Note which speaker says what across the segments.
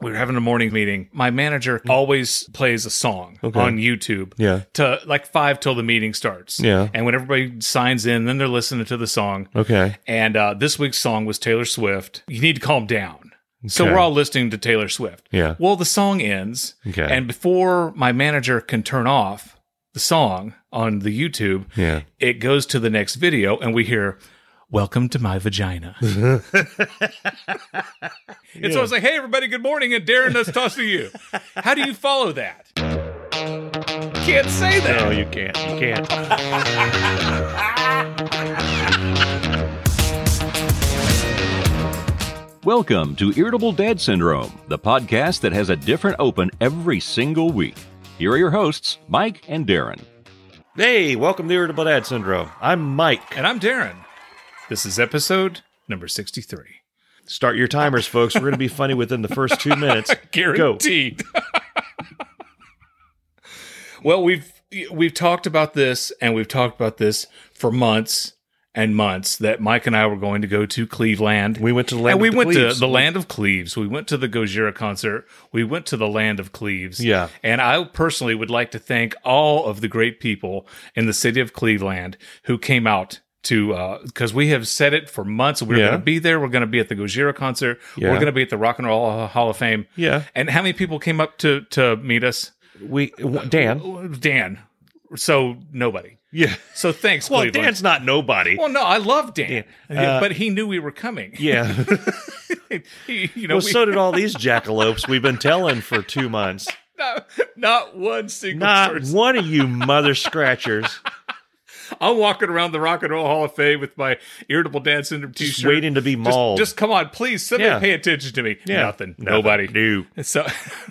Speaker 1: we were having a morning meeting. My manager always plays a song
Speaker 2: Mm. Okay.
Speaker 1: on YouTube
Speaker 2: Yeah.
Speaker 1: to like five till the meeting starts.
Speaker 2: Yeah.
Speaker 1: And when everybody signs in, then they're listening to the song.
Speaker 2: Okay.
Speaker 1: And uh, this week's song was Taylor Swift. You need to calm down. So
Speaker 2: Okay.
Speaker 1: we're all listening to Taylor Swift.
Speaker 2: Yeah.
Speaker 1: Well, the song ends.
Speaker 2: Okay.
Speaker 1: And before my manager can turn off the song on the YouTube,
Speaker 2: Yeah.
Speaker 1: it goes to the next video and we hear, Welcome to my vagina. and so I was like, hey, everybody, good morning. And Darren, let's talk to you. How do you follow that? Can't say that.
Speaker 2: No, you can't. You can't.
Speaker 3: Welcome to Irritable Dad Syndrome, the podcast that has a different open every single week. Here are your hosts, Mike and Darren.
Speaker 2: Hey, welcome to Irritable Dad Syndrome. I'm Mike.
Speaker 1: And I'm Darren. This is episode number 63.
Speaker 2: Start your timers, folks. We're going to be funny within the first two minutes. Go.
Speaker 1: Guaranteed. well, we've we've talked about this and we've talked about this for months and months that Mike and I were going to go to Cleveland.
Speaker 2: We went to the land.
Speaker 1: and we
Speaker 2: of the
Speaker 1: went
Speaker 2: Cleves.
Speaker 1: to the land of Cleves. We went to the Gojira concert. We went to the land of Cleves.
Speaker 2: Yeah.
Speaker 1: And I personally would like to thank all of the great people in the city of Cleveland who came out to because we have said it for months. We're
Speaker 2: Yeah.
Speaker 1: going to be there. We're going to be at the Gojira concert.
Speaker 2: Yeah.
Speaker 1: We're going to be at the Rock and Roll Hall of Fame.
Speaker 2: Yeah.
Speaker 1: And how many people came up to to meet us?
Speaker 2: We w- Dan.
Speaker 1: Dan. So nobody.
Speaker 2: Yeah.
Speaker 1: So thanks,
Speaker 2: Well,
Speaker 1: Cleveland.
Speaker 2: Dan's not nobody.
Speaker 1: well, no, I love Dan,
Speaker 2: Dan. Uh,
Speaker 1: but he knew we were coming.
Speaker 2: yeah.
Speaker 1: He- you know,
Speaker 2: well,
Speaker 1: we-
Speaker 2: so did all these jackalopes we've been telling for two months.
Speaker 1: not, not one single
Speaker 2: Not
Speaker 1: person.
Speaker 2: one of you mother scratchers
Speaker 1: I'm walking around the Rock and Roll Hall of Fame with my irritable Dan syndrome t-shirt.
Speaker 2: just waiting to be
Speaker 1: Just-
Speaker 2: mauled.
Speaker 1: Just, come on, please. Somebody
Speaker 2: Yeah.
Speaker 1: pay attention to me.
Speaker 2: Yeah.
Speaker 1: Nothing. Nobody.
Speaker 2: No.
Speaker 1: So,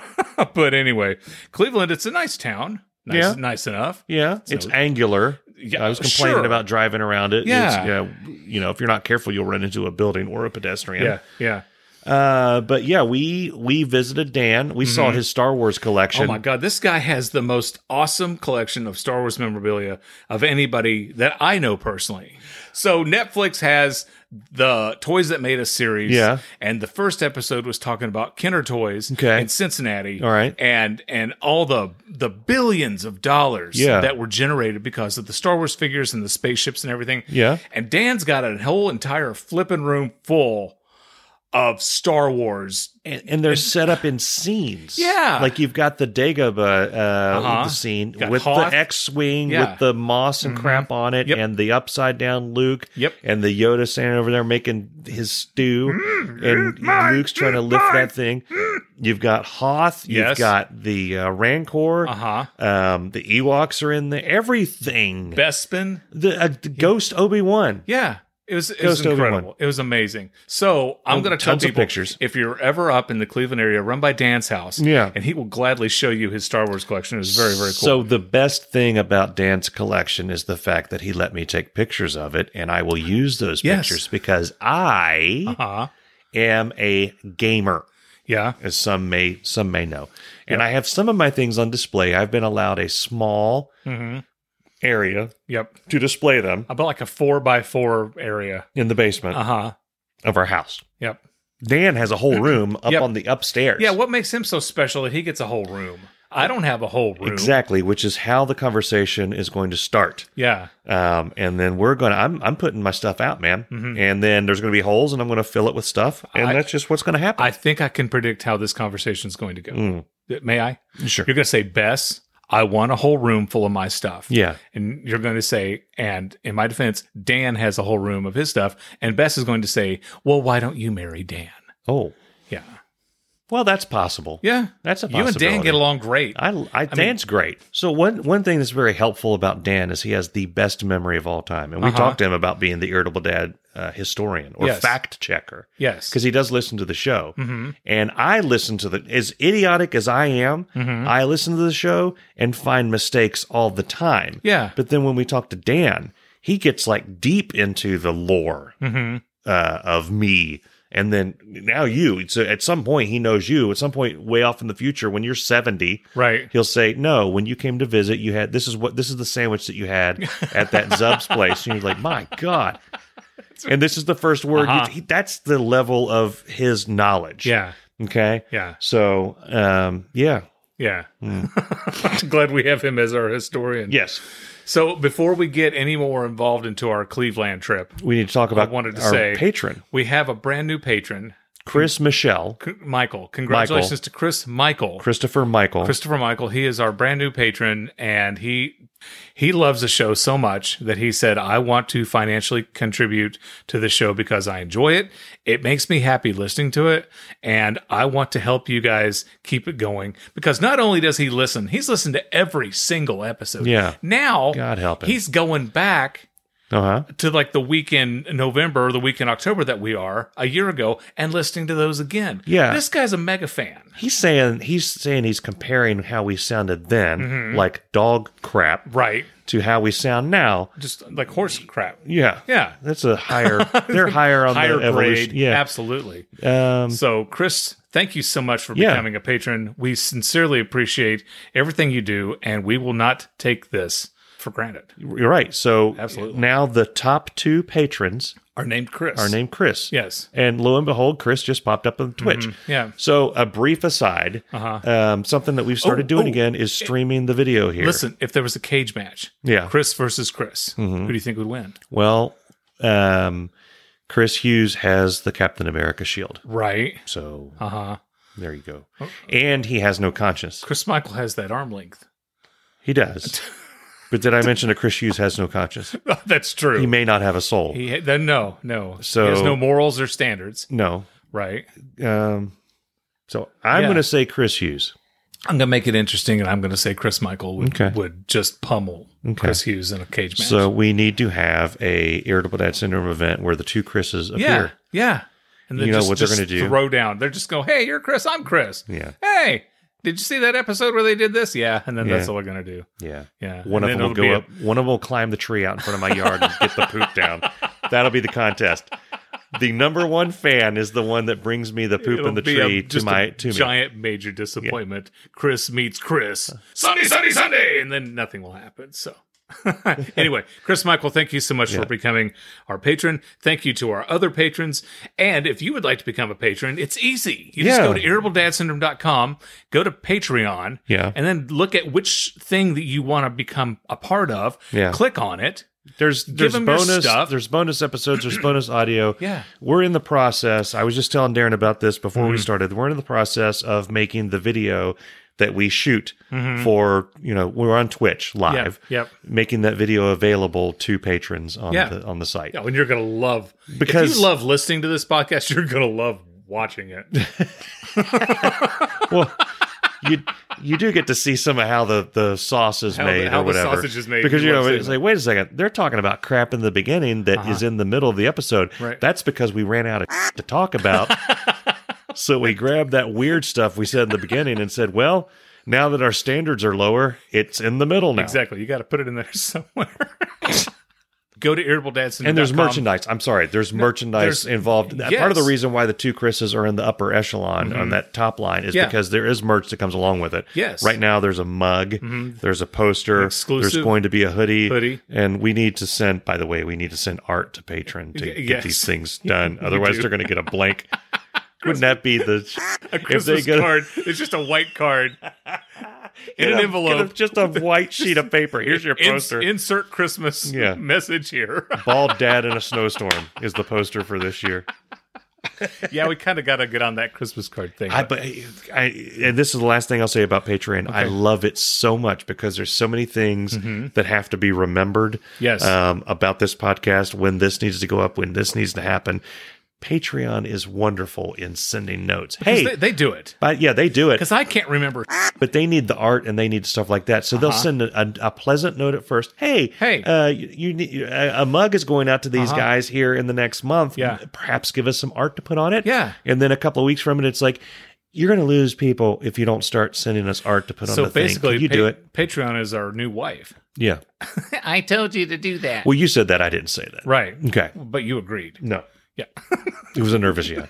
Speaker 1: but anyway, Cleveland. It's a nice town. Nice,
Speaker 2: Yeah.
Speaker 1: nice enough.
Speaker 2: Yeah, it's angular.
Speaker 1: Yeah,
Speaker 2: I was complaining
Speaker 1: sure.
Speaker 2: about driving around it. It's-
Speaker 1: Yeah.
Speaker 2: yeah, you know, if you're not careful, you'll run into a building or a pedestrian.
Speaker 1: Yeah, yeah.
Speaker 2: Uh, but yeah, we we visited Dan. We saw his Star Wars collection.
Speaker 1: Mm-hmm. Oh my God, this guy has the most awesome collection of Star Wars memorabilia of anybody that I know personally. So Netflix has the Toys That Made Us series.
Speaker 2: Yeah.
Speaker 1: And the first episode was talking about Kenner Toys
Speaker 2: Okay.
Speaker 1: in Cincinnati.
Speaker 2: All right.
Speaker 1: And and all the the billions of dollars
Speaker 2: Yeah.
Speaker 1: that were generated because of the Star Wars figures and the spaceships and everything.
Speaker 2: Yeah.
Speaker 1: And Dan's got a whole entire flipping room full of Star Wars
Speaker 2: And, and they're set up in scenes.
Speaker 1: Yeah.
Speaker 2: like you've got the Dagobah uh,
Speaker 1: Uh-huh.
Speaker 2: scene
Speaker 1: Got
Speaker 2: with
Speaker 1: Hoth.
Speaker 2: the X-wing
Speaker 1: Yeah. Mm-hmm.
Speaker 2: with the moss and crap on it,
Speaker 1: Yep.
Speaker 2: and the upside down Luke.
Speaker 1: Yep.
Speaker 2: and the Yoda standing over there making his stew,
Speaker 1: Mm,
Speaker 2: and Luke's trying to lift that thing. You've got Hoth. You've
Speaker 1: Yes.
Speaker 2: got the uh, Rancor.
Speaker 1: Uh-huh.
Speaker 2: Um, the Ewoks are in there. Everything.
Speaker 1: Bespin.
Speaker 2: the, uh, the Ghost Obi Wan.
Speaker 1: Yeah. It was, it
Speaker 2: Ghost
Speaker 1: was
Speaker 2: Obi-Wan.
Speaker 1: incredible. It was amazing. So I'm
Speaker 2: Oh,
Speaker 1: going to tell
Speaker 2: tons of
Speaker 1: people
Speaker 2: pictures.
Speaker 1: if you're ever up in the Cleveland area, run by Dan's house.
Speaker 2: Yeah.
Speaker 1: and he will gladly show you his Star Wars collection. It was very very cool.
Speaker 2: So the best thing about Dan's collection is the fact that he let me take pictures of it, and I will use those
Speaker 1: Yes.
Speaker 2: pictures because I
Speaker 1: uh-huh.
Speaker 2: am a gamer,
Speaker 1: yeah,
Speaker 2: as some may some may know, and I have some of my things on display. I've been allowed a small
Speaker 1: Mm-hmm.
Speaker 2: area
Speaker 1: yep.
Speaker 2: to display them
Speaker 1: About like a four by four area.
Speaker 2: in the basement
Speaker 1: Uh huh.
Speaker 2: of our house.
Speaker 1: Yep.
Speaker 2: Dan has a whole room up
Speaker 1: Yep.
Speaker 2: on the upstairs.
Speaker 1: Yeah. What makes him so special that he gets a whole room? I don't have a whole room.
Speaker 2: exactly, which is how the conversation is going to start.
Speaker 1: Yeah.
Speaker 2: um, and then we're gonna I'm I'm putting my stuff out, man. And then there's gonna be holes, and I'm gonna fill it with stuff, and
Speaker 1: Mm-hmm. I-
Speaker 2: that's just what's gonna happen.
Speaker 1: I think I can predict how this conversation is going to go.
Speaker 2: Mm.
Speaker 1: May I?
Speaker 2: sure.
Speaker 1: You're going to say, Bess, I want a whole room full of my stuff.
Speaker 2: Yeah.
Speaker 1: And you're going to say, and in my defense, Dan has a whole room of his stuff. And Bess is going to say, well, why don't you marry Dan?
Speaker 2: Oh,
Speaker 1: Yeah.
Speaker 2: well, that's possible.
Speaker 1: Yeah.
Speaker 2: That's a
Speaker 1: You and Dan
Speaker 2: possibility.
Speaker 1: get along great.
Speaker 2: I, I, Dan's great. So one one thing that's very helpful about Dan is he has the best memory of all time, and we
Speaker 1: Uh-huh.
Speaker 2: talked to him about being the irritable dad uh, historian or
Speaker 1: Yes.
Speaker 2: fact checker.
Speaker 1: yes.
Speaker 2: because he does listen to the show.
Speaker 1: Mhm.
Speaker 2: And I listen to the as idiotic as I am,
Speaker 1: Mm-hmm.
Speaker 2: I listen to the show and find mistakes all the time.
Speaker 1: Yeah.
Speaker 2: But then when we talk to Dan, he gets like deep into the lore
Speaker 1: Mhm.
Speaker 2: uh, of me. And then now you. So at some point he knows you. At some point way off in the future, when you're 70,
Speaker 1: Right.
Speaker 2: he'll say, No, when you came to visit, you had this is what this is the sandwich that you had at that Zub's place. And you're like, My God. And this is the first word. you-
Speaker 1: Uh-huh.
Speaker 2: he- that's the level of his knowledge.
Speaker 1: Yeah.
Speaker 2: Okay.
Speaker 1: Yeah.
Speaker 2: So, um, yeah.
Speaker 1: Yeah. Glad we have him as our historian.
Speaker 2: Yes.
Speaker 1: So before we get any more involved into our Cleveland trip,
Speaker 2: We need to talk about
Speaker 1: wanted to
Speaker 2: our
Speaker 1: say-
Speaker 2: patron,
Speaker 1: we have a brand new patron,
Speaker 2: Chris Michelle,
Speaker 1: C- Michael. Congratulations to Chris Michael.
Speaker 2: Christopher Michael.
Speaker 1: Christopher Michael, he is our brand new patron and he he loves the show so much that he said I want to financially contribute to the show because I enjoy it. It makes me happy listening to it and I want to help you guys keep it going because not only does he listen, he's listened to every single episode.
Speaker 2: Yeah.
Speaker 1: Now,
Speaker 2: God help him.
Speaker 1: he's going back
Speaker 2: uh huh.
Speaker 1: to like the week in November or the week in October that we are a year ago and listening to those again.
Speaker 2: Yeah.
Speaker 1: This guy's a mega fan.
Speaker 2: He's saying he's saying he's comparing how we sounded then,
Speaker 1: Mm-hmm.
Speaker 2: like dog crap,
Speaker 1: Right.
Speaker 2: to how we sound now.
Speaker 1: Just like horse crap.
Speaker 2: Yeah.
Speaker 1: Yeah.
Speaker 2: That's a higher. They're higher on
Speaker 1: higher
Speaker 2: the evolution.
Speaker 1: grade.
Speaker 2: Yeah.
Speaker 1: absolutely.
Speaker 2: Um,
Speaker 1: So, Chris, thank you so much for
Speaker 2: Yeah.
Speaker 1: becoming a patron. We sincerely appreciate everything you do, and we will not take this for granted.
Speaker 2: you're right. So
Speaker 1: Absolutely.
Speaker 2: now the top two patrons
Speaker 1: Our named Chris.
Speaker 2: are named Chris.
Speaker 1: Yes. Mm-hmm.
Speaker 2: And lo and behold, Chris just popped up on Twitch.
Speaker 1: Yeah. Uh-huh.
Speaker 2: So a brief aside, um, something that we've started
Speaker 1: Oh,
Speaker 2: doing
Speaker 1: oh.
Speaker 2: again is streaming the video here.
Speaker 1: Listen, if there was a cage match,
Speaker 2: Yeah. Mm-hmm.
Speaker 1: Chris versus Chris, who do you think would win?
Speaker 2: Well, um, Chris Hughes has the Captain America shield.
Speaker 1: Right.
Speaker 2: So
Speaker 1: Uh huh.
Speaker 2: there you go.
Speaker 1: Oh.
Speaker 2: And he has no conscience.
Speaker 1: Chris Michael has that arm length.
Speaker 2: He does. but did I mention that Chris Hughes has no conscience?
Speaker 1: That's true.
Speaker 2: He
Speaker 1: He,
Speaker 2: may not have a soul.
Speaker 1: then no, no.
Speaker 2: So-
Speaker 1: he has no morals or standards.
Speaker 2: no.
Speaker 1: Right.
Speaker 2: Um, so I'm
Speaker 1: Yeah.
Speaker 2: going to say Chris Hughes.
Speaker 1: I'm gonna make it interesting, and I'm gonna say Chris Michael would,
Speaker 2: Okay.
Speaker 1: would just pummel Chris Hughes in a cage match.
Speaker 2: So we need to have a irritable dad syndrome event where the two Chris's
Speaker 1: yeah,
Speaker 2: appear.
Speaker 1: yeah. And then
Speaker 2: You know
Speaker 1: just-
Speaker 2: what they're
Speaker 1: just
Speaker 2: gonna do?
Speaker 1: Throw down. They're just go, hey, you're Chris, I'm Chris.
Speaker 2: Yeah.
Speaker 1: Hey, did you see that episode where they did this? Yeah, and then that's
Speaker 2: Yeah.
Speaker 1: all they're gonna do.
Speaker 2: Yeah.
Speaker 1: Yeah,
Speaker 2: One
Speaker 1: And then
Speaker 2: of them will
Speaker 1: it'll be
Speaker 2: go
Speaker 1: a-
Speaker 2: up. One of them will climb the tree out in front of my yard and get the poop down. That'll be the contest. The number one fan is the one that brings me the poop
Speaker 1: it'll
Speaker 2: in the
Speaker 1: be a-
Speaker 2: tree to
Speaker 1: just
Speaker 2: my
Speaker 1: a
Speaker 2: to me.
Speaker 1: giant major disappointment. Chris meets Chris. Sunday, Sunday, Sunday, and then nothing will happen. So. anyway, Chris Michael, thank you so much for becoming our patron. Thank you to our other patrons. And if you would like to become a patron, it's easy. You just
Speaker 2: Yeah.
Speaker 1: go to irritabledadsyndrome.com, go to Patreon,
Speaker 2: Yeah.
Speaker 1: and then look at which thing that you want to become a part of.
Speaker 2: Yeah.
Speaker 1: Click on it.
Speaker 2: There's there's
Speaker 1: them your
Speaker 2: bonus
Speaker 1: stuff.
Speaker 2: there's bonus episodes. There's bonus audio.
Speaker 1: Yeah. Mm-hmm.
Speaker 2: we're in the process. I was just telling Darren about this before we started. We're in the process of making the video that we shoot for you know we're on Twitch live.
Speaker 1: Mm-hmm. yep.
Speaker 2: making that video available to patrons on
Speaker 1: Yeah.
Speaker 2: the on the site.
Speaker 1: Yeah, and you're going to love
Speaker 2: Because-
Speaker 1: if you love listening to this podcast, you're going to love watching it.
Speaker 2: well, you you do get to see some of how the, the sauce is
Speaker 1: How the-
Speaker 2: made
Speaker 1: how
Speaker 2: or
Speaker 1: the
Speaker 2: whatever.
Speaker 1: sausage is made.
Speaker 2: Because
Speaker 1: You
Speaker 2: you know
Speaker 1: love seeing
Speaker 2: it's like, wait a second, they're talking about crap in the beginning that is in the middle of the episode.
Speaker 1: Uh-huh. Right.
Speaker 2: That's because we ran out of to talk about. so we grabbed that weird stuff we said in the beginning and said, well, now that our standards are lower, it's in the middle now.
Speaker 1: Exactly. You got to put it in there somewhere. Go to irritabledadson.
Speaker 2: And there's merchandise. I'm sorry, there's merchandise
Speaker 1: there's-
Speaker 2: involved. Part of the
Speaker 1: yes. Mm-hmm.
Speaker 2: reason why the two Chris's are in the upper echelon on that top line is
Speaker 1: Yeah.
Speaker 2: because there is merch that comes along with it.
Speaker 1: Yes. Mm-hmm.
Speaker 2: Right now, there's a mug, there's a poster,
Speaker 1: Exclusive
Speaker 2: there's going to be a hoodie,
Speaker 1: hoodie.
Speaker 2: and we need to send. By the way, we need to send art to patron to
Speaker 1: Y-
Speaker 2: get
Speaker 1: yes.
Speaker 2: these things done. Otherwise,
Speaker 1: do.
Speaker 2: they're going to get a blank. Wouldn't that be the
Speaker 1: A Christmas
Speaker 2: get a-
Speaker 1: card. It's just a white card in
Speaker 2: Get a-
Speaker 1: an
Speaker 2: get a-
Speaker 1: envelope.
Speaker 2: just a white sheet of paper. Here's your
Speaker 1: Ins-
Speaker 2: poster.
Speaker 1: insert Christmas
Speaker 2: Yeah.
Speaker 1: message here.
Speaker 2: Bald dad in a snowstorm is the poster for this year.
Speaker 1: yeah, we kind of got to get on that Christmas card thing.
Speaker 2: I, but I, and this is the last thing I'll say about Patreon. I love it so much because there's so many things that have to be remembered.
Speaker 1: Mm-hmm. Yes.
Speaker 2: Um, about this podcast, when this needs to go up, when this needs to happen. Patreon is wonderful in sending notes. Hey,
Speaker 1: they, they do it
Speaker 2: but yeah, they do it,
Speaker 1: because I can't remember.
Speaker 2: but they need the art and they need stuff like that. So they'll send a, a, a pleasant note at first. Hey,
Speaker 1: Uh-huh. Hey. Uh-huh.
Speaker 2: uh, you, you need a, a mug is going out to these guys here in the next month.
Speaker 1: Yeah.
Speaker 2: perhaps give us some art to put on it.
Speaker 1: Yeah.
Speaker 2: and then a couple of weeks from it, it's like you're going to lose people if you don't start sending us art to put on
Speaker 1: So
Speaker 2: the thing.
Speaker 1: basically,
Speaker 2: Can you
Speaker 1: pa-
Speaker 2: do it.
Speaker 1: Patreon is our new wife.
Speaker 2: Yeah.
Speaker 1: I told you to do that.
Speaker 2: Well, you said that. I didn't say that.
Speaker 1: Right.
Speaker 2: Okay.
Speaker 1: But you agreed.
Speaker 2: No,
Speaker 1: Yeah.
Speaker 2: it was a nervous yeah.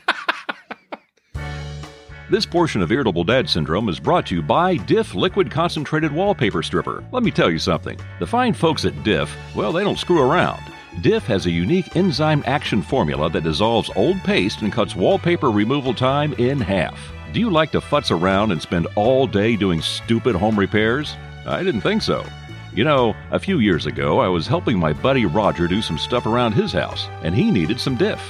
Speaker 3: This portion of Irritable Dad Syndrome is brought to you by Diff Liquid Concentrated Wallpaper Stripper. Let me tell you something. The fine folks at Diff, well, they don't screw around. Diff has a unique enzyme action formula that dissolves old paste and cuts wallpaper removal time in half. Do you like to futz around and spend all day doing stupid home repairs? I didn't think so. You know, a few years ago, I was helping my buddy Roger do some stuff around his house, and he needed some diff.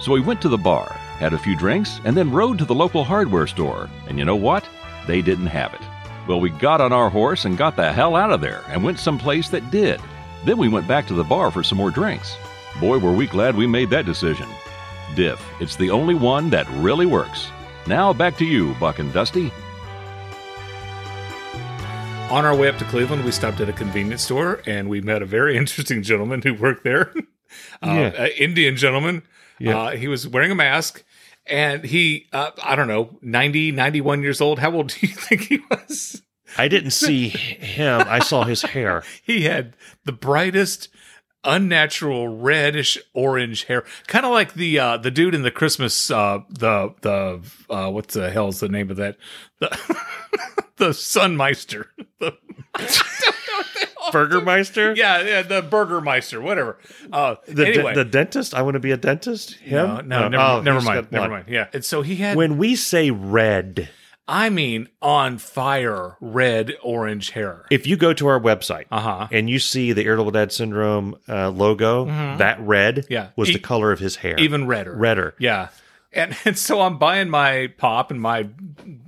Speaker 3: So we went to the bar, had a few drinks, and then rode to the local hardware store. And you know what? They didn't have it. Well, we got on our horse and got the hell out of there and went someplace that did. Then we went back to the bar for some more drinks. Boy, were we glad we made that decision. Diff, it's the only one that really works. Now back to you, Buck and Dusty.
Speaker 1: On our way up to Cleveland, we stopped at a convenience store and we met a very interesting gentleman who worked there. uh,
Speaker 2: Yeah.
Speaker 1: an Indian gentleman.
Speaker 2: Yeah.
Speaker 1: Uh, he was wearing a mask and he, uh, I don't know, 90, 91 years old. How old do you think he was?
Speaker 2: I didn't see him. I saw his hair.
Speaker 1: He had the brightest, unnatural reddish orange hair, kind of like the uh, the dude in the Christmas uh, the the uh, what the hell's the name of that the the Sunmeister. The,
Speaker 2: Burgermeister?
Speaker 1: Oh, yeah, yeah, the Burgermeister, whatever. Uh,
Speaker 2: The, de-
Speaker 1: anyway,
Speaker 2: the dentist? I want to be a dentist? Him?
Speaker 1: no, no, never,
Speaker 2: oh,
Speaker 1: never
Speaker 2: he's
Speaker 1: mind,
Speaker 2: got
Speaker 1: never
Speaker 2: one.
Speaker 1: mind. Yeah, and so he had
Speaker 2: When we say red,
Speaker 1: I mean, on fire, red, orange hair.
Speaker 2: if you go to our website
Speaker 1: Uh huh.
Speaker 2: and you see the irritable dad syndrome uh, logo, that red
Speaker 1: Mm-hmm. Yeah.
Speaker 2: was
Speaker 1: E-
Speaker 2: the color of his hair.
Speaker 1: Even redder.
Speaker 2: redder.
Speaker 1: Yeah. And, and so I'm buying my pop and my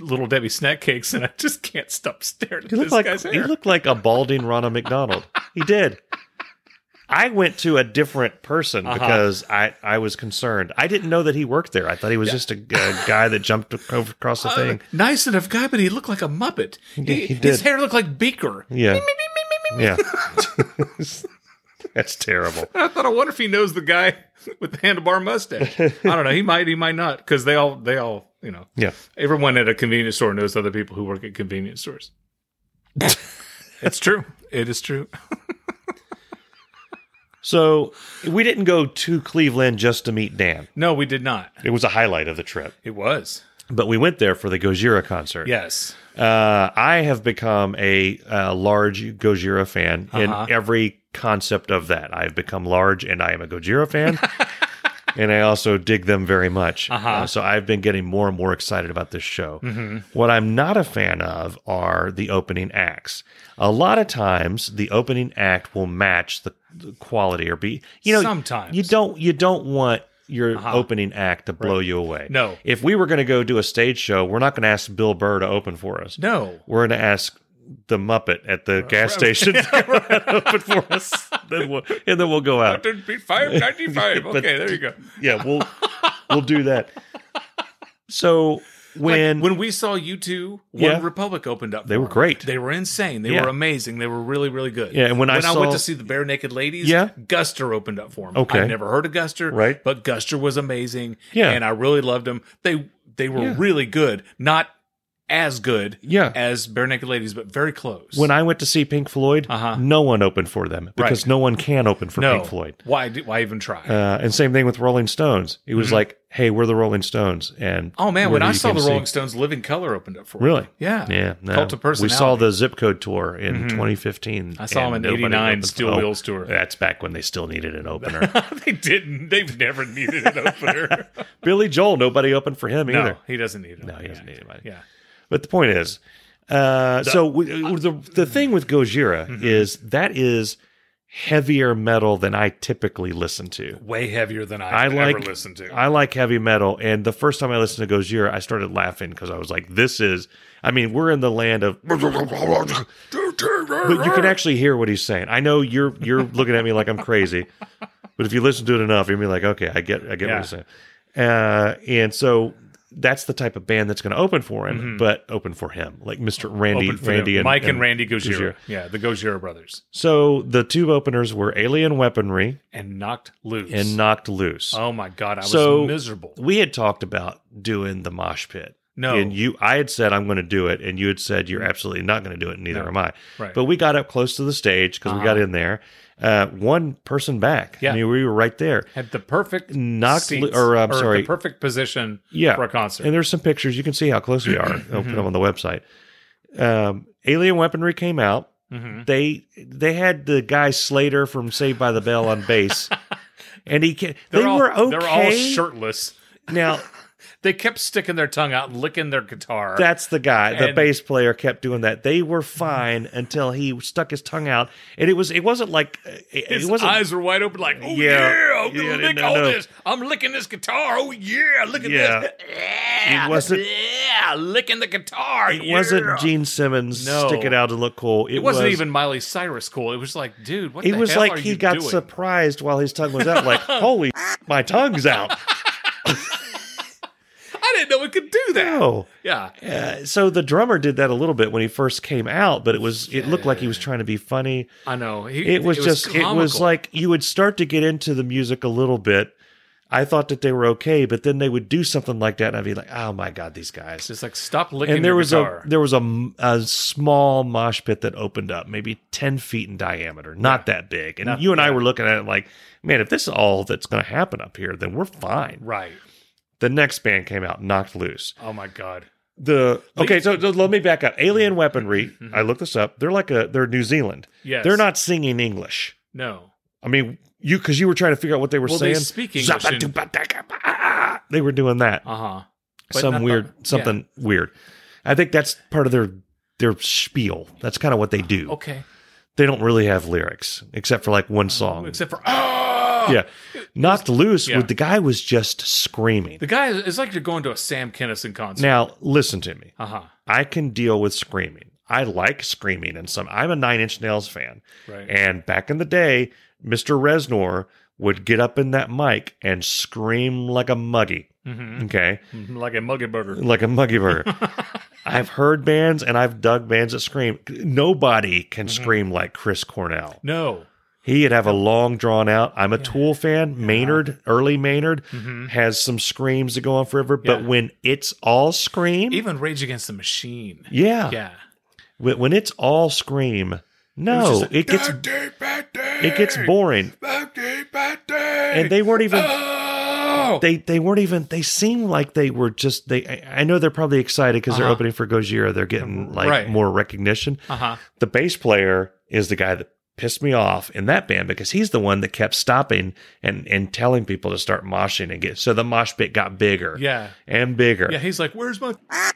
Speaker 1: little Debbie snack cakes, and I just can't stop staring at
Speaker 2: He
Speaker 1: this
Speaker 2: looked like
Speaker 1: guy's
Speaker 2: he
Speaker 1: hair.
Speaker 2: looked like a balding Ronald McDonald. He did. I went to a different person
Speaker 1: Uh-huh.
Speaker 2: because I, I was concerned. I didn't know that he worked there. I thought he was just a, g- a guy that jumped over across the
Speaker 1: Uh,
Speaker 2: thing.
Speaker 1: nice enough guy, but he looked like a muppet. He,
Speaker 2: did- he
Speaker 1: His
Speaker 2: did.
Speaker 1: hair looked like Beaker.
Speaker 2: Yeah. Yeah. That's terrible.
Speaker 1: I thought, I wonder if he knows the guy with the handlebar mustache. I don't know. He might. He might not. Because they all, they all, you know,
Speaker 2: Yeah.
Speaker 1: everyone at a convenience store knows other people who work at convenience stores. it's true. It is true.
Speaker 2: So we didn't go to Cleveland just to meet Dan.
Speaker 1: No, we did not.
Speaker 2: It was a highlight of the trip.
Speaker 1: It was.
Speaker 2: But we went there for the Gojira concert.
Speaker 1: Yes.
Speaker 2: Uh, I have become a uh, large Gojira fan
Speaker 1: Uh-huh.
Speaker 2: in every concept of that. I've become large and I am a Gojira fan. and I also dig them very much.
Speaker 1: Uh-huh. Mm-hmm.
Speaker 2: Uh, so I've been getting more and more excited about this show. What I'm not a fan of are the opening acts. A lot of times the opening act will match the, the quality or be you know
Speaker 1: Sometimes.
Speaker 2: you don't you don't want your
Speaker 1: Uh-huh.
Speaker 2: opening act to blow you away.
Speaker 1: No.
Speaker 2: If we were going to go do a stage show, we're not going to ask Bill Burr to open for us.
Speaker 1: No. Uh,
Speaker 2: We're going to ask the Muppet at the gas station to open for us. Then we'll, and then we'll go out.
Speaker 1: Five ninety five.
Speaker 2: But-
Speaker 1: Okay, there you go.
Speaker 2: Yeah, we'll we'll do that. So when
Speaker 1: Like, when we saw you two, One
Speaker 2: Yeah.
Speaker 1: Republic opened up.
Speaker 2: They
Speaker 1: for
Speaker 2: were
Speaker 1: them.
Speaker 2: great.
Speaker 1: They were insane. They
Speaker 2: Yeah.
Speaker 1: were amazing. They were really, really good.
Speaker 2: Yeah, and when I
Speaker 1: went
Speaker 2: saw-
Speaker 1: to see the Bare Naked Ladies,
Speaker 2: Yeah.
Speaker 1: Guster opened up for them.
Speaker 2: Okay.
Speaker 1: I never heard of Guster,
Speaker 2: Right.
Speaker 1: But Guster was amazing.
Speaker 2: Yeah.
Speaker 1: and I really loved them. They they were
Speaker 2: Yeah.
Speaker 1: really good, not as good,
Speaker 2: Yeah.
Speaker 1: as Bare Naked Ladies, but very close.
Speaker 2: when I went to see Pink Floyd,
Speaker 1: Uh-huh.
Speaker 2: no one opened for them because
Speaker 1: Right.
Speaker 2: no one can open for
Speaker 1: no,
Speaker 2: Pink Floyd.
Speaker 1: why do, why even try?
Speaker 2: Uh, and same thing with Rolling Stones. It was like, hey, we're the Rolling Stones. And
Speaker 1: Mm-hmm. oh man,
Speaker 2: we're
Speaker 1: when
Speaker 2: who
Speaker 1: I
Speaker 2: you
Speaker 1: saw
Speaker 2: can
Speaker 1: the
Speaker 2: see.
Speaker 1: Rolling Stones, Living Color opened up for them.
Speaker 2: Really?
Speaker 1: Yeah,
Speaker 2: Yeah, no.
Speaker 1: Cult of personality. Mm-hmm.
Speaker 2: We saw the Zip Code tour in 2015.
Speaker 1: I saw
Speaker 2: and
Speaker 1: him in
Speaker 2: nobody
Speaker 1: '89
Speaker 2: opened-
Speaker 1: Steel
Speaker 2: oh,
Speaker 1: Wheels tour.
Speaker 2: That's back when they still needed an opener.
Speaker 1: they didn't. They've never needed an opener.
Speaker 2: Billy Joel, nobody opened for him
Speaker 1: no,
Speaker 2: either.
Speaker 1: he doesn't need it.
Speaker 2: No, he doesn't need anybody.
Speaker 1: Yeah.
Speaker 2: But the point is, uh, so we, the
Speaker 1: Mm-hmm.
Speaker 2: the thing with Gojira is that is heavier metal than I typically listen to.
Speaker 1: Way heavier than I,
Speaker 2: I
Speaker 1: ever
Speaker 2: like-
Speaker 1: listened to.
Speaker 2: I like heavy metal, and the first time I listened to Gojira, I started laughing because I was like, "This is." I mean, we're in the land of, but you can actually hear what he's saying. I know you're you're looking at me like I'm crazy, but if you listen to it enough, you'll be like, "Okay, I get I get
Speaker 1: Yeah.
Speaker 2: what he's saying." Uh, and so that's the type of band that's going to open for him, but open for him, like Mr. Randy,
Speaker 1: Mm-hmm. Open for
Speaker 2: Randy,
Speaker 1: them.
Speaker 2: and
Speaker 1: Mike and,
Speaker 2: and-
Speaker 1: Randy Gojira.
Speaker 2: Gojira.
Speaker 1: Yeah, the Gojira brothers.
Speaker 2: So the tube openers were Alien Weaponry
Speaker 1: And knocked loose.
Speaker 2: and Knocked Loose.
Speaker 1: oh my god, I was
Speaker 2: So-
Speaker 1: miserable.
Speaker 2: we had talked about doing the mosh pit.
Speaker 1: No. Mm-hmm.
Speaker 2: And you I had said I'm going to do it and you had said you're absolutely not going to do it and neither
Speaker 1: No.
Speaker 2: am I.
Speaker 1: Right. Uh-huh.
Speaker 2: But we got up close to the stage cuz we got in there. Uh, one person back.
Speaker 1: Yeah.
Speaker 2: I mean we were right there.
Speaker 1: Had the perfect
Speaker 2: Knocked
Speaker 1: seats,
Speaker 2: lo- or, I'm sorry.
Speaker 1: the perfect position
Speaker 2: Yeah.
Speaker 1: for a concert.
Speaker 2: And there's some pictures you can see how close we are. I'll
Speaker 1: Mm-hmm.
Speaker 2: put them on the website. Um, Alien Weaponry came out.
Speaker 1: Mhm.
Speaker 2: They they had the guy Slater from Saved by the Bell on bass. and he ca-
Speaker 1: They're
Speaker 2: they
Speaker 1: all-
Speaker 2: were okay.
Speaker 1: They're all shirtless.
Speaker 2: Now,
Speaker 1: They kept sticking their tongue out and licking their guitar.
Speaker 2: That's the guy. The
Speaker 1: And-
Speaker 2: bass player kept doing that. They were fine until he stuck his tongue out, and it was it wasn't like it,
Speaker 1: His
Speaker 2: it wasn't
Speaker 1: eyes were wide open, like, oh
Speaker 2: Yeah.
Speaker 1: yeah, I'm
Speaker 2: Yeah,
Speaker 1: gonna
Speaker 2: no,
Speaker 1: lick
Speaker 2: no,
Speaker 1: all
Speaker 2: no.
Speaker 1: this. I'm licking this guitar. Oh yeah, look at
Speaker 2: Yeah.
Speaker 1: this. Yeah,
Speaker 2: wasn't-
Speaker 1: yeah, licking the guitar.
Speaker 2: it wasn't
Speaker 1: yeah.
Speaker 2: Gene Simmons
Speaker 1: No.
Speaker 2: stick it out and look cool. It,
Speaker 1: It wasn't
Speaker 2: was,
Speaker 1: even Miley Cyrus cool. It was like, dude, what
Speaker 2: It
Speaker 1: the
Speaker 2: was
Speaker 1: hell
Speaker 2: like
Speaker 1: are
Speaker 2: he
Speaker 1: you
Speaker 2: got
Speaker 1: doing?
Speaker 2: surprised while his tongue was out. Like holy, my tongue's out.
Speaker 1: I didn't know it could do that.
Speaker 2: Oh.
Speaker 1: Yeah,
Speaker 2: Uh, so the drummer did that a little bit when he first came out, but it was it looked like he was trying to be funny.
Speaker 1: I know. He-
Speaker 2: It was just it was
Speaker 1: comical.
Speaker 2: like you would start to get into the music a little bit. I thought that they were okay, but then they would do something like that, and I'd be like, "Oh my god, these guys!"
Speaker 1: just like stop licking
Speaker 2: And there
Speaker 1: your
Speaker 2: was
Speaker 1: guitar.
Speaker 2: a there was a, m- a small mosh pit that opened up, maybe ten feet in diameter, not that big. And you and I were looking at it like, "Man, if this is all that's going to happen up here, then we're fine."
Speaker 1: right.
Speaker 2: The next band came out, knocked loose.
Speaker 1: Oh my god.
Speaker 2: The okay, so, so let me back up. Alien Weaponry. I looked this up. They're like a they're New Zealand.
Speaker 1: Yes.
Speaker 2: They're not singing English.
Speaker 1: No.
Speaker 2: I mean, you because you were trying to figure out what they were
Speaker 1: Well, they
Speaker 2: saying.
Speaker 1: speak English in-
Speaker 2: Zapatubadakaba. They were doing that.
Speaker 1: Uh huh. but not
Speaker 2: Some
Speaker 1: the-
Speaker 2: weird
Speaker 1: yeah.
Speaker 2: something weird. I think that's part of their their spiel. That's kind of what they do.
Speaker 1: Okay.
Speaker 2: They don't really have lyrics except for like one song.
Speaker 1: Except for oh
Speaker 2: yeah, knocked loose.
Speaker 1: yeah.
Speaker 2: with The guy was just screaming.
Speaker 1: The guy is it's like you're going to a Sam Kinison concert.
Speaker 2: now listen to me.
Speaker 1: uh huh.
Speaker 2: I can deal with screaming. I like screaming, and some. I'm a Nine Inch Nails fan.
Speaker 1: Right.
Speaker 2: And back in the day, Mr. Reznor would get up in that mic and scream like a muggy. Okay.
Speaker 1: Mhm, Like a muggy burger.
Speaker 2: Like a muggy burger. I've heard bands and I've dug bands that scream. Nobody can scream like Chris Cornell.
Speaker 1: No.
Speaker 2: He'd have a long drawn out. I'm a Tool fan. Maynard, early Maynard, has some screams that go on forever. But
Speaker 1: Yeah.
Speaker 2: when it's all scream,
Speaker 1: Even Rage Against the Machine.
Speaker 2: yeah.
Speaker 1: Yeah.
Speaker 2: When, when it's all scream, no, it, gets it gets boring. And they weren't even they they weren't even they seem like they were just they i I know they're probably excited because they're
Speaker 1: Uh-huh.
Speaker 2: opening for gojira they're getting like
Speaker 1: Right.
Speaker 2: more recognition
Speaker 1: Uh huh.
Speaker 2: the bass player is the guy that pissed me off in that band because he's the one that kept stopping and and telling people to start moshing and get so the mosh pit got bigger
Speaker 1: Yeah.
Speaker 2: and bigger
Speaker 1: Yeah. He's like, "Where's my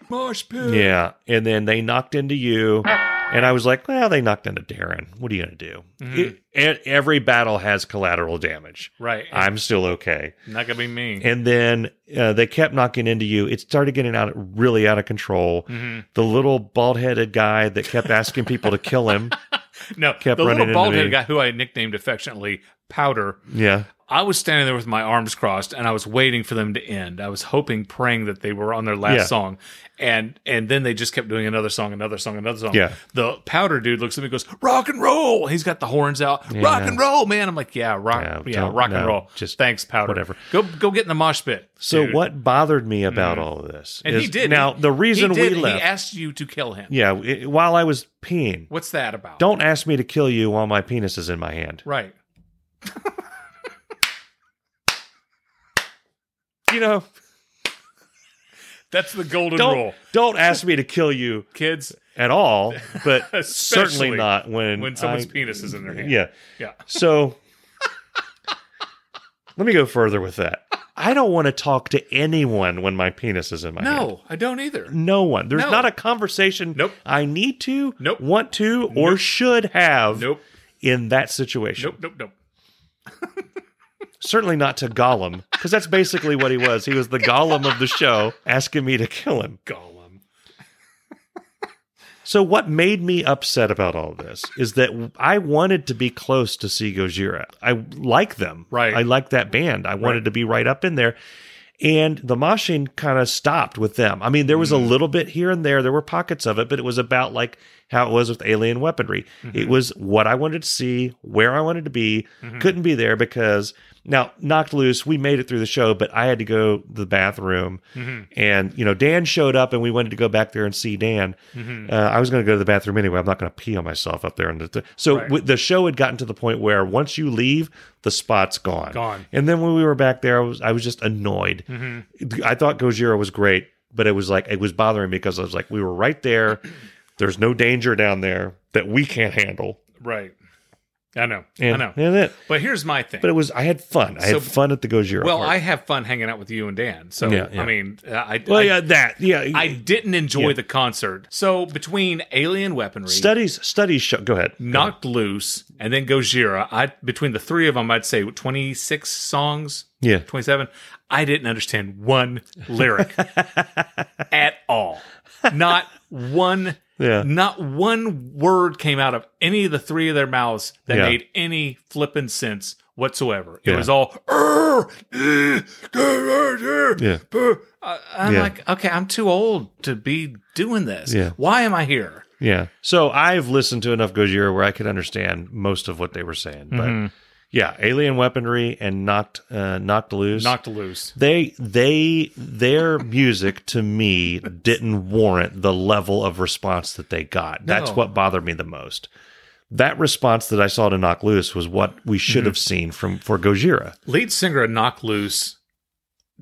Speaker 1: mosh pit?"
Speaker 2: Yeah. and then they knocked into you and i was like well they knocked into darren what are you gonna do
Speaker 1: Mhm.
Speaker 2: It- e- every battle has collateral damage
Speaker 1: Right.
Speaker 2: i'm still okay
Speaker 1: not gonna be me.
Speaker 2: and then uh, they kept knocking into you. It started getting out really out of control.
Speaker 1: Mhm.
Speaker 2: The little bald headed guy that kept asking people to kill him.
Speaker 1: No,
Speaker 2: Kept
Speaker 1: the
Speaker 2: running
Speaker 1: little
Speaker 2: into
Speaker 1: bald headed
Speaker 2: me.
Speaker 1: guy who I nicknamed affectionately Powder.
Speaker 2: Yeah,
Speaker 1: I was standing there with my arms crossed and I was waiting for them to end. I was hoping, praying that they were on their last
Speaker 2: Yeah.
Speaker 1: song. And and then they just kept doing another song, another song, another song.
Speaker 2: Yeah.
Speaker 1: The powder dude looks at me and goes, Rock and roll. He's got the horns out. Rock and roll, man. I'm like, Yeah, rock
Speaker 2: Yeah,
Speaker 1: yeah,
Speaker 2: don't-
Speaker 1: rock and
Speaker 2: no,
Speaker 1: roll.
Speaker 2: just
Speaker 1: Just thanks, powder.
Speaker 2: whatever.
Speaker 1: Go go get in the mosh pit.
Speaker 2: So
Speaker 1: dude. Mm-hmm.
Speaker 2: what bothered me about all of this?
Speaker 1: and
Speaker 2: is-
Speaker 1: he did
Speaker 2: Now
Speaker 1: He-
Speaker 2: the reason
Speaker 1: he did,
Speaker 2: we left.
Speaker 1: he asked you to kill him.
Speaker 2: yeah, it- while I was peeing.
Speaker 1: What's that about?
Speaker 2: Don't ask me to kill you while my penis is in my hand.
Speaker 1: Right.
Speaker 2: You know,
Speaker 1: That's the golden
Speaker 2: don't
Speaker 1: rule.
Speaker 2: don't ask me to kill you
Speaker 1: Kids,
Speaker 2: at all, but
Speaker 1: Especially
Speaker 2: certainly not when
Speaker 1: when someone's
Speaker 2: I-
Speaker 1: penis is in their hand.
Speaker 2: Yeah.
Speaker 1: Yeah.
Speaker 2: So let me go further with that. I don't want to talk to anyone when my penis is in my hand.
Speaker 1: No, I don't either.
Speaker 2: No one. There's
Speaker 1: No.
Speaker 2: not a conversation
Speaker 1: Nope.
Speaker 2: I need to,
Speaker 1: Nope.
Speaker 2: want to, or should have
Speaker 1: Nope.
Speaker 2: in that situation.
Speaker 1: Nope, nope, nope.
Speaker 2: Certainly not to Gollum, because that's basically what he was. He was the Gollum of the show, asking me to kill him.
Speaker 1: Gollum.
Speaker 2: So what made me upset about all this is that I wanted to be close to see Gojira. I like them.
Speaker 1: Right.
Speaker 2: I like that band. I wanted to be right up in there. And the moshing kind of stopped with them. I mean, there was a
Speaker 1: Mm-hmm.
Speaker 2: little bit here and there. There were pockets of it, but it was about like how it was with Alien Weaponry.
Speaker 1: Mm-hmm.
Speaker 2: It was what I wanted to see, where I wanted to be. Couldn't be there because now knocked loose. We made it through the show, but I had to go to the bathroom,
Speaker 1: Mm-hmm.
Speaker 2: and you know Dan showed up, and we wanted to go back there and see Dan.
Speaker 1: Mm-hmm.
Speaker 2: Uh, I was going to go to the bathroom anyway. I'm not going to pee on myself up there. And the so
Speaker 1: Right.
Speaker 2: w- the show had gotten to the point where once you leave, the spot's gone.
Speaker 1: Gone.
Speaker 2: And then when we were back there, I was I was just annoyed.
Speaker 1: Mm-hmm.
Speaker 2: I thought Gojira was great, but it was like it was bothering me because I was like, we were right there. There's no danger down there that we can't handle.
Speaker 1: Right. I know.
Speaker 2: And,
Speaker 1: I know.
Speaker 2: and that-
Speaker 1: But here's my thing.
Speaker 2: But it was I had fun. I
Speaker 1: So-
Speaker 2: had fun at the Gojira.
Speaker 1: well,
Speaker 2: part.
Speaker 1: I have fun hanging out with you and Dan. So
Speaker 2: Yeah, yeah.
Speaker 1: I mean, uh, I
Speaker 2: well
Speaker 1: I,
Speaker 2: yeah that yeah.
Speaker 1: I didn't enjoy
Speaker 2: Yeah.
Speaker 1: the concert. So between Alien Weaponry,
Speaker 2: studies studies show. Go ahead.
Speaker 1: Knocked Loose, and then Gojira, I between the three of them, I'd say 26 songs,
Speaker 2: Yeah.
Speaker 1: 27. I didn't understand one lyric at all. Not one
Speaker 2: Yeah.
Speaker 1: Not one word came out of any of the three of their mouths that
Speaker 2: Yeah.
Speaker 1: made any flippin' sense whatsoever. It
Speaker 2: Yeah.
Speaker 1: was all. Yeah. I'm
Speaker 2: Yeah.
Speaker 1: like, okay, I'm too old to be doing this.
Speaker 2: Yeah.
Speaker 1: Why am I here?
Speaker 2: Yeah. So I've listened to enough Gojira where I could understand most of what they were saying. But
Speaker 1: Mm-hmm.
Speaker 2: yeah, alien weaponry and knocked uh, knocked loose.
Speaker 1: Knocked loose.
Speaker 2: they they their music to me didn't warrant the level of response that they got. That's
Speaker 1: No.
Speaker 2: what bothered me the most. That response that I saw to knock loose was what we
Speaker 1: Mm-hmm.
Speaker 2: should have seen from for Gojira.
Speaker 1: Lead singer of Knock Loose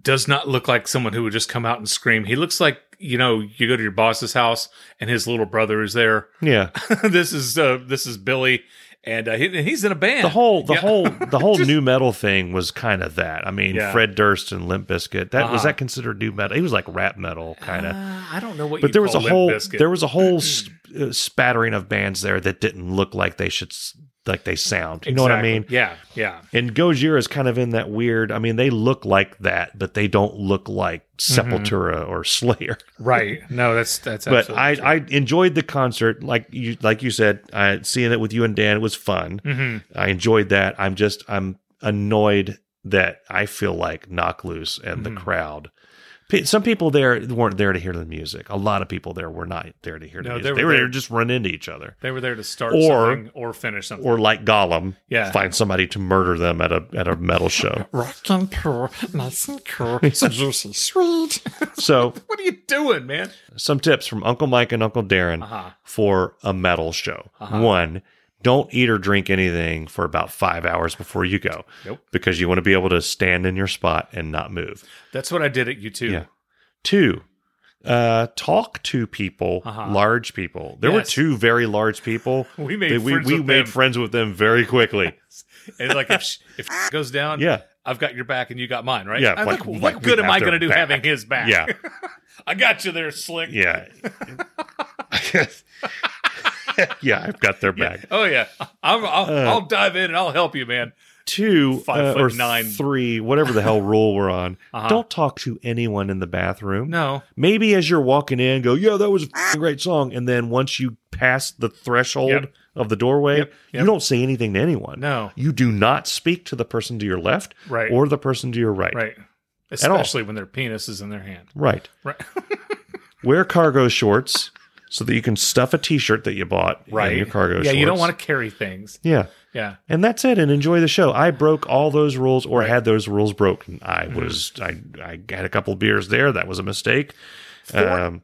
Speaker 1: does not look like someone who would just come out and scream. He looks like, you know, you go to your boss's house and his little brother is there.
Speaker 2: Yeah.
Speaker 1: this is uh, this is Billy, and uh, he, and he's in a band.
Speaker 2: The whole the
Speaker 1: Yeah.
Speaker 2: whole the whole new metal thing was kind of that. I mean,
Speaker 1: Yeah.
Speaker 2: Fred Durst and Limp Bizkit. That was
Speaker 1: Uh-huh.
Speaker 2: that considered new metal? He was like rap metal kind of.
Speaker 1: Uh, I don't know what.
Speaker 2: but
Speaker 1: you
Speaker 2: there was a
Speaker 1: call Limp
Speaker 2: whole
Speaker 1: Bizkit.
Speaker 2: there was a whole s- uh, spattering of bands there that didn't look like they should s- like they sound. You know what I
Speaker 1: Exactly.
Speaker 2: mean?
Speaker 1: Yeah, yeah.
Speaker 2: And Gojira is kind of in that weird. I mean, they look like that, but they don't look like Sepultura or Slayer.
Speaker 1: Right. No, that's that's.
Speaker 2: But
Speaker 1: But
Speaker 2: I, I enjoyed the concert, like you like you said, I, seeing it with you and Dan was fun.
Speaker 1: Mm-hmm.
Speaker 2: I enjoyed that. I'm just I'm annoyed that I feel like knock loose and the crowd. P- Some people there weren't there to hear the music. A lot of people there were not there to hear the
Speaker 1: No,
Speaker 2: music.
Speaker 1: they
Speaker 2: They
Speaker 1: were
Speaker 2: were, there
Speaker 1: there-
Speaker 2: to just run into each other,
Speaker 1: they were there to start
Speaker 2: Or-
Speaker 1: something or finish something.
Speaker 2: or like Gollum,
Speaker 1: Yeah.
Speaker 2: find somebody to murder them at a at a metal show.
Speaker 4: Rock and pure, nice and cool, so juicy, sweet.
Speaker 2: so,
Speaker 1: what are you doing, man?
Speaker 2: some tips from Uncle Mike and Uncle Darren
Speaker 1: Uh-huh.
Speaker 2: for a metal show.
Speaker 1: Uh-huh.
Speaker 2: One. Don't eat or drink anything for about five hours before you go,
Speaker 1: Nope.
Speaker 2: because you want to be able to stand in your spot and not move.
Speaker 1: That's what I did at U2.
Speaker 2: Yeah. Two, uh, talk to people,
Speaker 1: Uh-huh.
Speaker 2: large people. There were
Speaker 1: Yes.
Speaker 2: two very large people.
Speaker 1: We made
Speaker 2: They- we
Speaker 1: friends
Speaker 2: we
Speaker 1: with
Speaker 2: made
Speaker 1: them.
Speaker 2: friends with them very quickly.
Speaker 1: And like if sh- if sh- goes down,
Speaker 2: Yeah.
Speaker 1: I've got your back and you got mine, right?
Speaker 2: Yeah,
Speaker 1: I'm
Speaker 2: like-
Speaker 1: like, what
Speaker 2: like we
Speaker 1: good am
Speaker 2: have
Speaker 1: I going to do
Speaker 2: their back.
Speaker 1: having his back?
Speaker 2: Yeah.
Speaker 1: I got you there, slick.
Speaker 2: Yeah. yeah, I've got their back.
Speaker 1: Oh yeah, I'm, I'll,
Speaker 2: Uh.
Speaker 1: I'll dive in and I'll help you, man.
Speaker 2: Two,
Speaker 1: Five
Speaker 2: uh,
Speaker 1: foot
Speaker 2: or
Speaker 1: nine.
Speaker 2: three, whatever the hell rule we're on.
Speaker 1: Uh-huh.
Speaker 2: Don't talk to anyone in the bathroom.
Speaker 1: No,
Speaker 2: Maybe as you're walking in, go, yeah, that was a f***ing great song. And then once you pass the threshold
Speaker 1: Yep.
Speaker 2: of the doorway,
Speaker 1: Yep, yep.
Speaker 2: you don't say anything to anyone.
Speaker 1: No.
Speaker 2: You do not speak to the person to your left
Speaker 1: Right.
Speaker 2: or the person to your right.
Speaker 1: right.
Speaker 2: all.
Speaker 1: Especially when their penis is in their hand.
Speaker 2: Right.
Speaker 1: Right.
Speaker 2: Wear cargo shorts so that you can stuff a t shirt that you bought
Speaker 1: right.
Speaker 2: in your cargo
Speaker 1: yeah,
Speaker 2: shorts.
Speaker 1: you don't want to carry things.
Speaker 2: Yeah.
Speaker 1: Yeah.
Speaker 2: And that's it. And enjoy the show. I broke all those rules or had those rules broken. I
Speaker 1: Mm-hmm.
Speaker 2: was, I, I had a couple beers there. That was a mistake. um,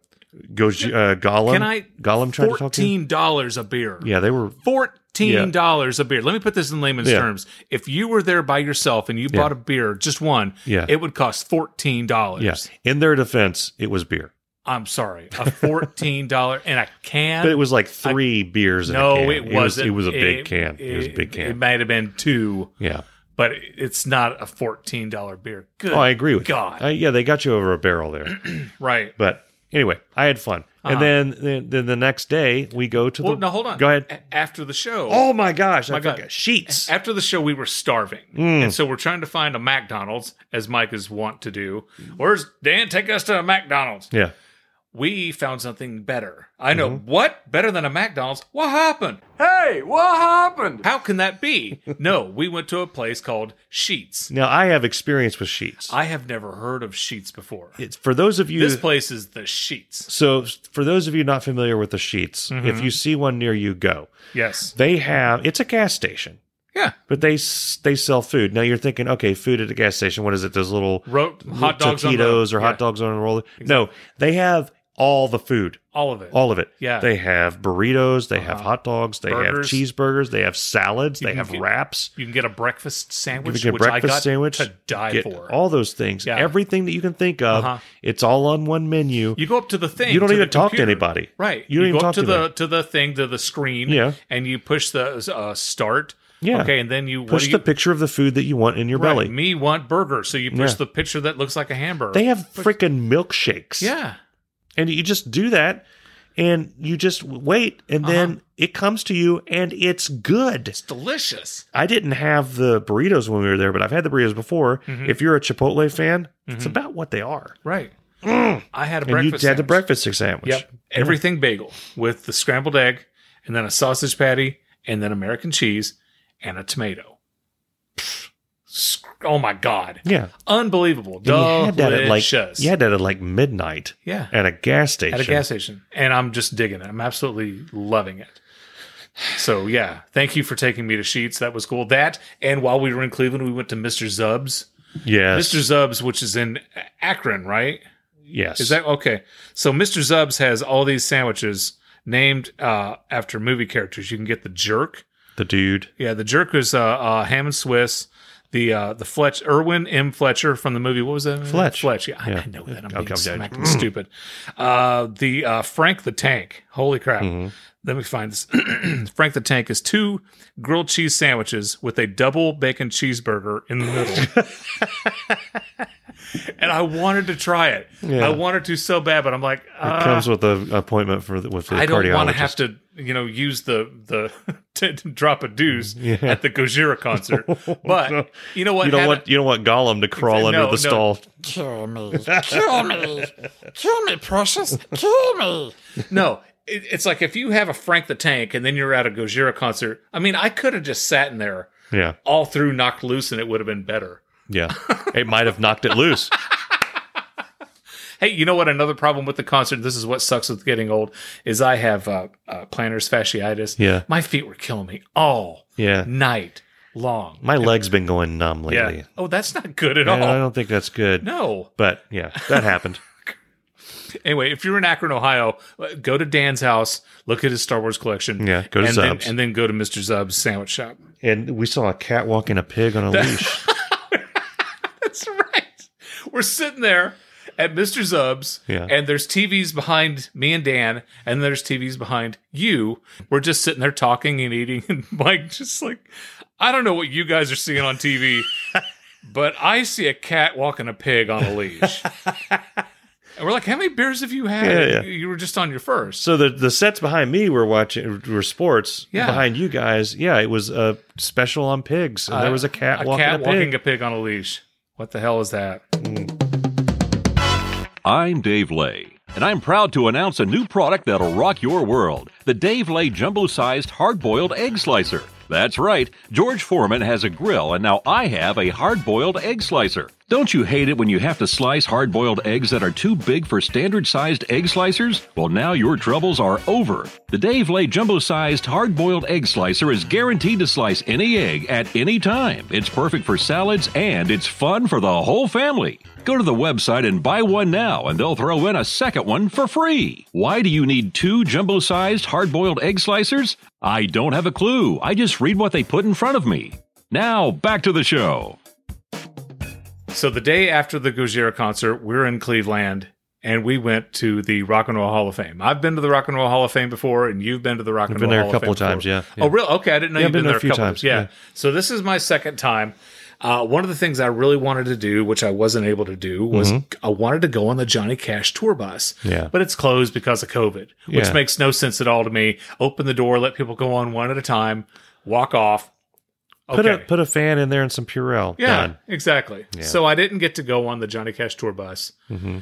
Speaker 2: go, uh, Gollum.
Speaker 1: Can I
Speaker 2: Gollum tried to talk to you?
Speaker 1: Fourteen dollars a beer.
Speaker 2: Yeah, they were
Speaker 1: Fourteen dollars a beer. Let me put this in layman's
Speaker 2: Yeah.
Speaker 1: terms. If you were there by yourself and you bought a beer, just one,
Speaker 2: Yeah.
Speaker 1: it would cost fourteen dollars.
Speaker 2: Yes. In their defense, it was beer,
Speaker 1: I'm sorry. A fourteen dollar and a can.
Speaker 2: but it was like three beers. In a
Speaker 1: no,
Speaker 2: can.
Speaker 1: it wasn't.
Speaker 2: It was, it was a big can. It, was a big
Speaker 1: It
Speaker 2: can.
Speaker 1: might have been two,
Speaker 2: yeah.
Speaker 1: but it's not a fourteen dollar beer. Good.
Speaker 2: Oh, I agree with you.
Speaker 1: God.
Speaker 2: Uh, yeah, they got you over a barrel there.
Speaker 1: right.
Speaker 2: But anyway, I had fun. And then, then, then the next day we go to
Speaker 1: Uh-huh. Well,
Speaker 2: the.
Speaker 1: now hold on.
Speaker 2: Go ahead.
Speaker 1: A- after the show.
Speaker 2: Oh my gosh! I
Speaker 1: God.
Speaker 2: forgot sheets.
Speaker 1: After the show, we were starving,
Speaker 2: Mm.
Speaker 1: and so we're trying to find a McDonald's, as Mike is wont to do. Where's Dan? Take us to a McDonald's.
Speaker 2: Yeah.
Speaker 1: We found something better. I know
Speaker 2: Mm-hmm.
Speaker 1: what better than a McDonald's. What happened? Hey, what happened? How can that be? no, we went to a place called Sheets.
Speaker 2: Now I have experience with sheets.
Speaker 1: I have never heard of Sheets before.
Speaker 2: it's for those of you.
Speaker 1: This place is the Sheets.
Speaker 2: so for those of you not familiar with the sheets,
Speaker 1: Mm-hmm.
Speaker 2: if you see one near you, go.
Speaker 1: Yes.
Speaker 2: They have. It's a gas station.
Speaker 1: Yeah.
Speaker 2: But they s- they sell food. Now you're thinking, okay, food at a gas station. What is it? Those little
Speaker 1: Ro- hot dogs on
Speaker 2: taquitos
Speaker 1: the-
Speaker 2: or hot
Speaker 1: yeah.
Speaker 2: dogs on a roll. No, they have all the food,
Speaker 1: All of it.
Speaker 2: all of it.
Speaker 1: Yeah. Uh-huh.
Speaker 2: they have burritos. They have hot dogs. They
Speaker 1: Burgers.
Speaker 2: have cheeseburgers. They have salads. they
Speaker 1: can
Speaker 2: have
Speaker 1: get-
Speaker 2: wraps.
Speaker 1: you can get a breakfast sandwich,
Speaker 2: get a
Speaker 1: which
Speaker 2: breakfast
Speaker 1: I got
Speaker 2: sandwich,
Speaker 1: to die
Speaker 2: Get
Speaker 1: for.
Speaker 2: all those things.
Speaker 1: Yeah.
Speaker 2: Everything that you can think of.
Speaker 1: Uh-huh.
Speaker 2: It's all on one menu.
Speaker 1: You go up to the thing.
Speaker 2: You don't
Speaker 1: to the
Speaker 2: even talk to
Speaker 1: computer.
Speaker 2: anybody.
Speaker 1: Right.
Speaker 2: You don't even
Speaker 1: go
Speaker 2: talk
Speaker 1: up to
Speaker 2: to
Speaker 1: the
Speaker 2: them.
Speaker 1: to the thing to the screen.
Speaker 2: Yeah.
Speaker 1: And you push the uh, start
Speaker 2: Yeah.
Speaker 1: Okay, and then you what
Speaker 2: Push
Speaker 1: do
Speaker 2: the
Speaker 1: you,
Speaker 2: picture of the food that you want in your
Speaker 1: right,
Speaker 2: belly.
Speaker 1: Me want burger, so you push
Speaker 2: Yeah.
Speaker 1: the picture that looks like a hamburger.
Speaker 2: They have freaking milkshakes.
Speaker 1: yeah,
Speaker 2: And you just do that and you just wait and
Speaker 1: Uh-huh.
Speaker 2: then it comes to you and it's good.
Speaker 1: it's delicious.
Speaker 2: I didn't have the burritos when we were there, but I've had the burritos before.
Speaker 1: Mm-hmm.
Speaker 2: If you're a Chipotle fan, it's about what they are.
Speaker 1: Right. I had a
Speaker 2: Mm. And you
Speaker 1: Mm-hmm. breakfast.
Speaker 2: had the
Speaker 1: sandwich.
Speaker 2: breakfast sandwich.
Speaker 1: Yep. Everything bagel with the scrambled egg and then a sausage patty and then American cheese and a tomato. Pfft. Sc- Oh my God.
Speaker 2: Yeah.
Speaker 1: Unbelievable.
Speaker 2: And you had that at like
Speaker 1: Delicious.
Speaker 2: you had that at like midnight
Speaker 1: Yeah.
Speaker 2: at a gas station.
Speaker 1: At a gas station. And I'm just digging it. I'm absolutely loving it. So yeah, thank you for taking me to Sheets. That was cool. That and while we were in Cleveland, we went to Mr. Zub's.
Speaker 2: Yes.
Speaker 1: Mr. Zub's, which is in Akron, right?
Speaker 2: yes.
Speaker 1: Is that okay? So Mr. Zubs has all these sandwiches named uh, after movie characters. You can get the jerk.
Speaker 2: the dude?
Speaker 1: Yeah, the jerk was uh, uh, Ham and Swiss. The uh, the Fletch Irwin M Fletcher from the movie. What was that?
Speaker 2: Fletch.
Speaker 1: Fletch. Yeah, I-
Speaker 2: Yeah.
Speaker 1: I, know that. I'm
Speaker 2: Okay,
Speaker 1: being
Speaker 2: I'm dead.
Speaker 1: smacking stupid. Uh, the uh, Frank the Tank. Holy crap!
Speaker 2: Mm-hmm.
Speaker 1: Let me find this. Frank the Tank is two grilled cheese sandwiches with a double bacon cheeseburger in the middle. and I wanted to try it.
Speaker 2: Yeah.
Speaker 1: I wanted to so bad, but I'm like,
Speaker 2: It
Speaker 1: uh,
Speaker 2: comes with an appointment for the, with the
Speaker 1: I don't want
Speaker 2: cardiologist.
Speaker 1: to have to, you know, use the the to, to drop a deuce at the Gojira concert. But
Speaker 2: No.
Speaker 1: you know what?
Speaker 2: you don't
Speaker 1: Had
Speaker 2: want you don't want Gollum to crawl
Speaker 1: Exa-
Speaker 2: under
Speaker 1: no,
Speaker 2: the
Speaker 1: no.
Speaker 2: stall.
Speaker 4: Kill me. Kill me. Kill me, precious. Kill me.
Speaker 1: a- no. It, it's like if you have a Frank the Tank and then you're at a Gojira concert. I mean, I could have just sat in there
Speaker 2: Yeah,
Speaker 1: all through knocked loose, and it would have been better.
Speaker 2: yeah. it might have knocked it loose.
Speaker 1: Hey, you know what? Another problem with the concert. This is what sucks with getting old is I have uh, uh, plantar fasciitis.
Speaker 2: Yeah.
Speaker 1: my feet were killing me all
Speaker 2: Yeah,
Speaker 1: night long.
Speaker 2: my leg's been going numb
Speaker 1: Yeah.
Speaker 2: lately.
Speaker 1: Oh, that's not good at
Speaker 2: And I
Speaker 1: all.
Speaker 2: don't think that's good.
Speaker 1: No.
Speaker 2: But yeah, that happened.
Speaker 1: Anyway, if you're in Akron, Ohio, uh, go to Dan's house, look at his Star Wars collection.
Speaker 2: Yeah, go to
Speaker 1: and then,
Speaker 2: Zub's.
Speaker 1: and then go to Mr. Zub's sandwich shop.
Speaker 2: And we saw a cat walking a pig on a leash.
Speaker 1: That's right. We're sitting there at Mr. Zub's,
Speaker 2: Yeah.
Speaker 1: and there's TVs behind me and Dan, and there's TVs behind you. We're just sitting there talking and eating, and Mike just like, I don't know what you guys are seeing on TV, but I see a cat walking a pig on a leash. And we're like, how many beers have you had?
Speaker 2: Yeah, yeah.
Speaker 1: You were just on your first.
Speaker 2: So the the sets behind me were watching were sports.
Speaker 1: Yeah.
Speaker 2: Behind you guys, yeah, it was a special on pigs. And there was a cat walking a pig.
Speaker 1: walking Uh, a pig on a leash. What the hell is that?
Speaker 3: I'm Dave Lay, and I'm proud to announce a new product that'll rock your world the Dave Lay jumbo sized hard boiled egg slicer. That's right, George Foreman has a grill, and now I have a hard boiled egg slicer. Don't you hate it when you have to slice hard boiled eggs that are too big for standard sized egg slicers? Well, now your troubles are over. The Dave Lay jumbo sized hard boiled egg slicer is guaranteed to slice any egg at any time. It's perfect for salads, and it's fun for the whole family. Go to the website and buy one now, and they'll throw in a second one for free. Why do you need two jumbo sized hard boiled egg slicers? I don't have a clue. I just read what they put in front of me. Now, back to the show.
Speaker 1: So the day after the Gojira concert, we're in Cleveland and we went to the Rock and Roll Hall of Fame. I've been to the Rock and Roll Hall of Fame before, and you've been to the Rock and
Speaker 2: been
Speaker 1: Roll
Speaker 2: there a
Speaker 1: Hall
Speaker 2: couple
Speaker 1: of Fame
Speaker 2: times,
Speaker 1: before.
Speaker 2: yeah, yeah.
Speaker 1: Oh, really? Okay, I didn't know
Speaker 2: Yeah,
Speaker 1: you've been, there a few couple times. Yeah.
Speaker 2: yeah.
Speaker 1: So this is my second time. Uh, one of the things I really wanted to do, which I wasn't able to do, was I wanted to go on the Johnny Cash tour bus.
Speaker 2: Mm-hmm. Yeah.
Speaker 1: But it's closed because of COVID, which
Speaker 2: Yeah.
Speaker 1: makes no sense at all to me. Open the door, let people go on one at a time, walk off.
Speaker 2: Put a put a fan in there and some Purell.
Speaker 1: Yeah,
Speaker 2: Done.
Speaker 1: exactly. So I didn't get to go on the Johnny Cash tour bus,
Speaker 2: Mm-hmm.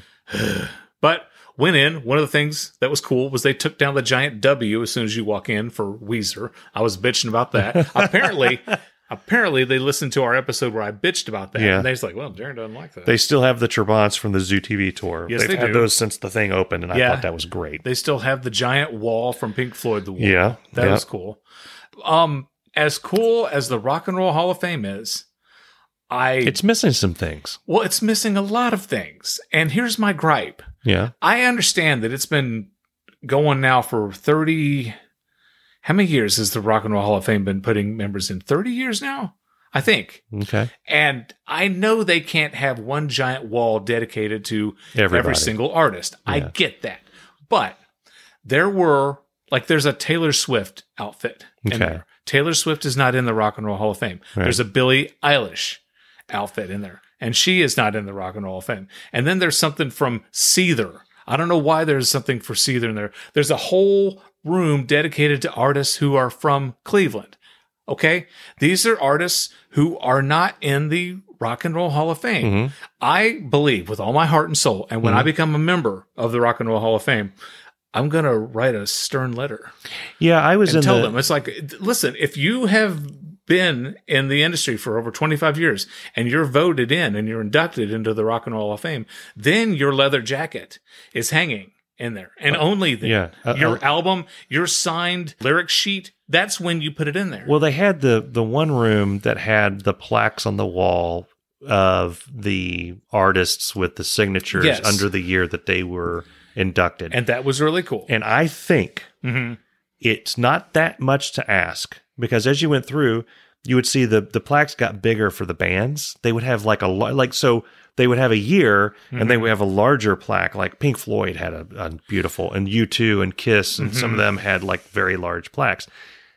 Speaker 1: but went in. One of the things that was cool was they took down the giant W as soon as you walk in for Weezer. I was bitching about that. apparently, apparently they listened to our episode where I bitched about that,
Speaker 2: Yeah.
Speaker 1: and they're just like, "Well, Darren doesn't like that."
Speaker 2: They still have the turbans from the Zoo TV tour.
Speaker 1: Yes,
Speaker 2: They've
Speaker 1: they
Speaker 2: had
Speaker 1: do.
Speaker 2: those since the thing opened, and I
Speaker 1: Yeah.
Speaker 2: thought that was great.
Speaker 1: They still have the giant wall from Pink Floyd. The wall.
Speaker 2: Yeah,
Speaker 1: that
Speaker 2: yeah.
Speaker 1: was cool. Um, as cool as the Rock and Roll Hall of Fame is, I
Speaker 2: It's missing some things.
Speaker 1: well, it's missing a lot of things. And here's my gripe.
Speaker 2: Yeah.
Speaker 1: I understand that it's been going now for 30. How many years has the Rock and Roll Hall of Fame been putting members in? 30 years now? I think.
Speaker 2: Okay.
Speaker 1: And I know they can't have one giant wall dedicated to every
Speaker 2: Everybody.
Speaker 1: single artist. I
Speaker 2: Yeah.
Speaker 1: get that. But there were, like, there's a Taylor Swift outfit in
Speaker 2: Okay.
Speaker 1: there. Taylor Swift is not in the Rock and Roll Hall of Fame.
Speaker 2: Right.
Speaker 1: There's a Billie Eilish outfit in there, and she is not in the Rock and Roll Hall of Fame. And then there's something from Seether. I don't know why there's something for Seether in there. There's a whole room dedicated to artists who are from Cleveland. Okay, these are artists who are not in the Rock and Roll Hall of Fame.
Speaker 2: Mm-hmm.
Speaker 1: I believe with all my heart and soul, and when I become a member of the Rock and Roll Hall of Fame, I'm going to write a stern letter
Speaker 2: Yeah, I was
Speaker 1: and
Speaker 2: in
Speaker 1: tell
Speaker 2: the,
Speaker 1: them it's like, listen, if you have been in the industry for over 25 years and you're voted in and you're inducted into the Rock and Roll Hall of Fame, then your leather jacket is hanging in there, and only then
Speaker 2: yeah, uh,
Speaker 1: your
Speaker 2: uh,
Speaker 1: album, your signed lyric sheet. That's when you put it in there.
Speaker 2: Well, they had the the one room that had the plaques on the wall of the artists with the signatures
Speaker 1: Yes.
Speaker 2: under the year that they were inducted.
Speaker 1: and that was really cool.
Speaker 2: and I think
Speaker 1: hmm
Speaker 2: it's not that much to ask because as you went through, you would see the the plaques got bigger for the bands. They would have like a lo- like so they would have a year and they would have a larger plaque. Like Pink Floyd had a, a beautiful, and U two and Kiss, and some of them had like very large plaques.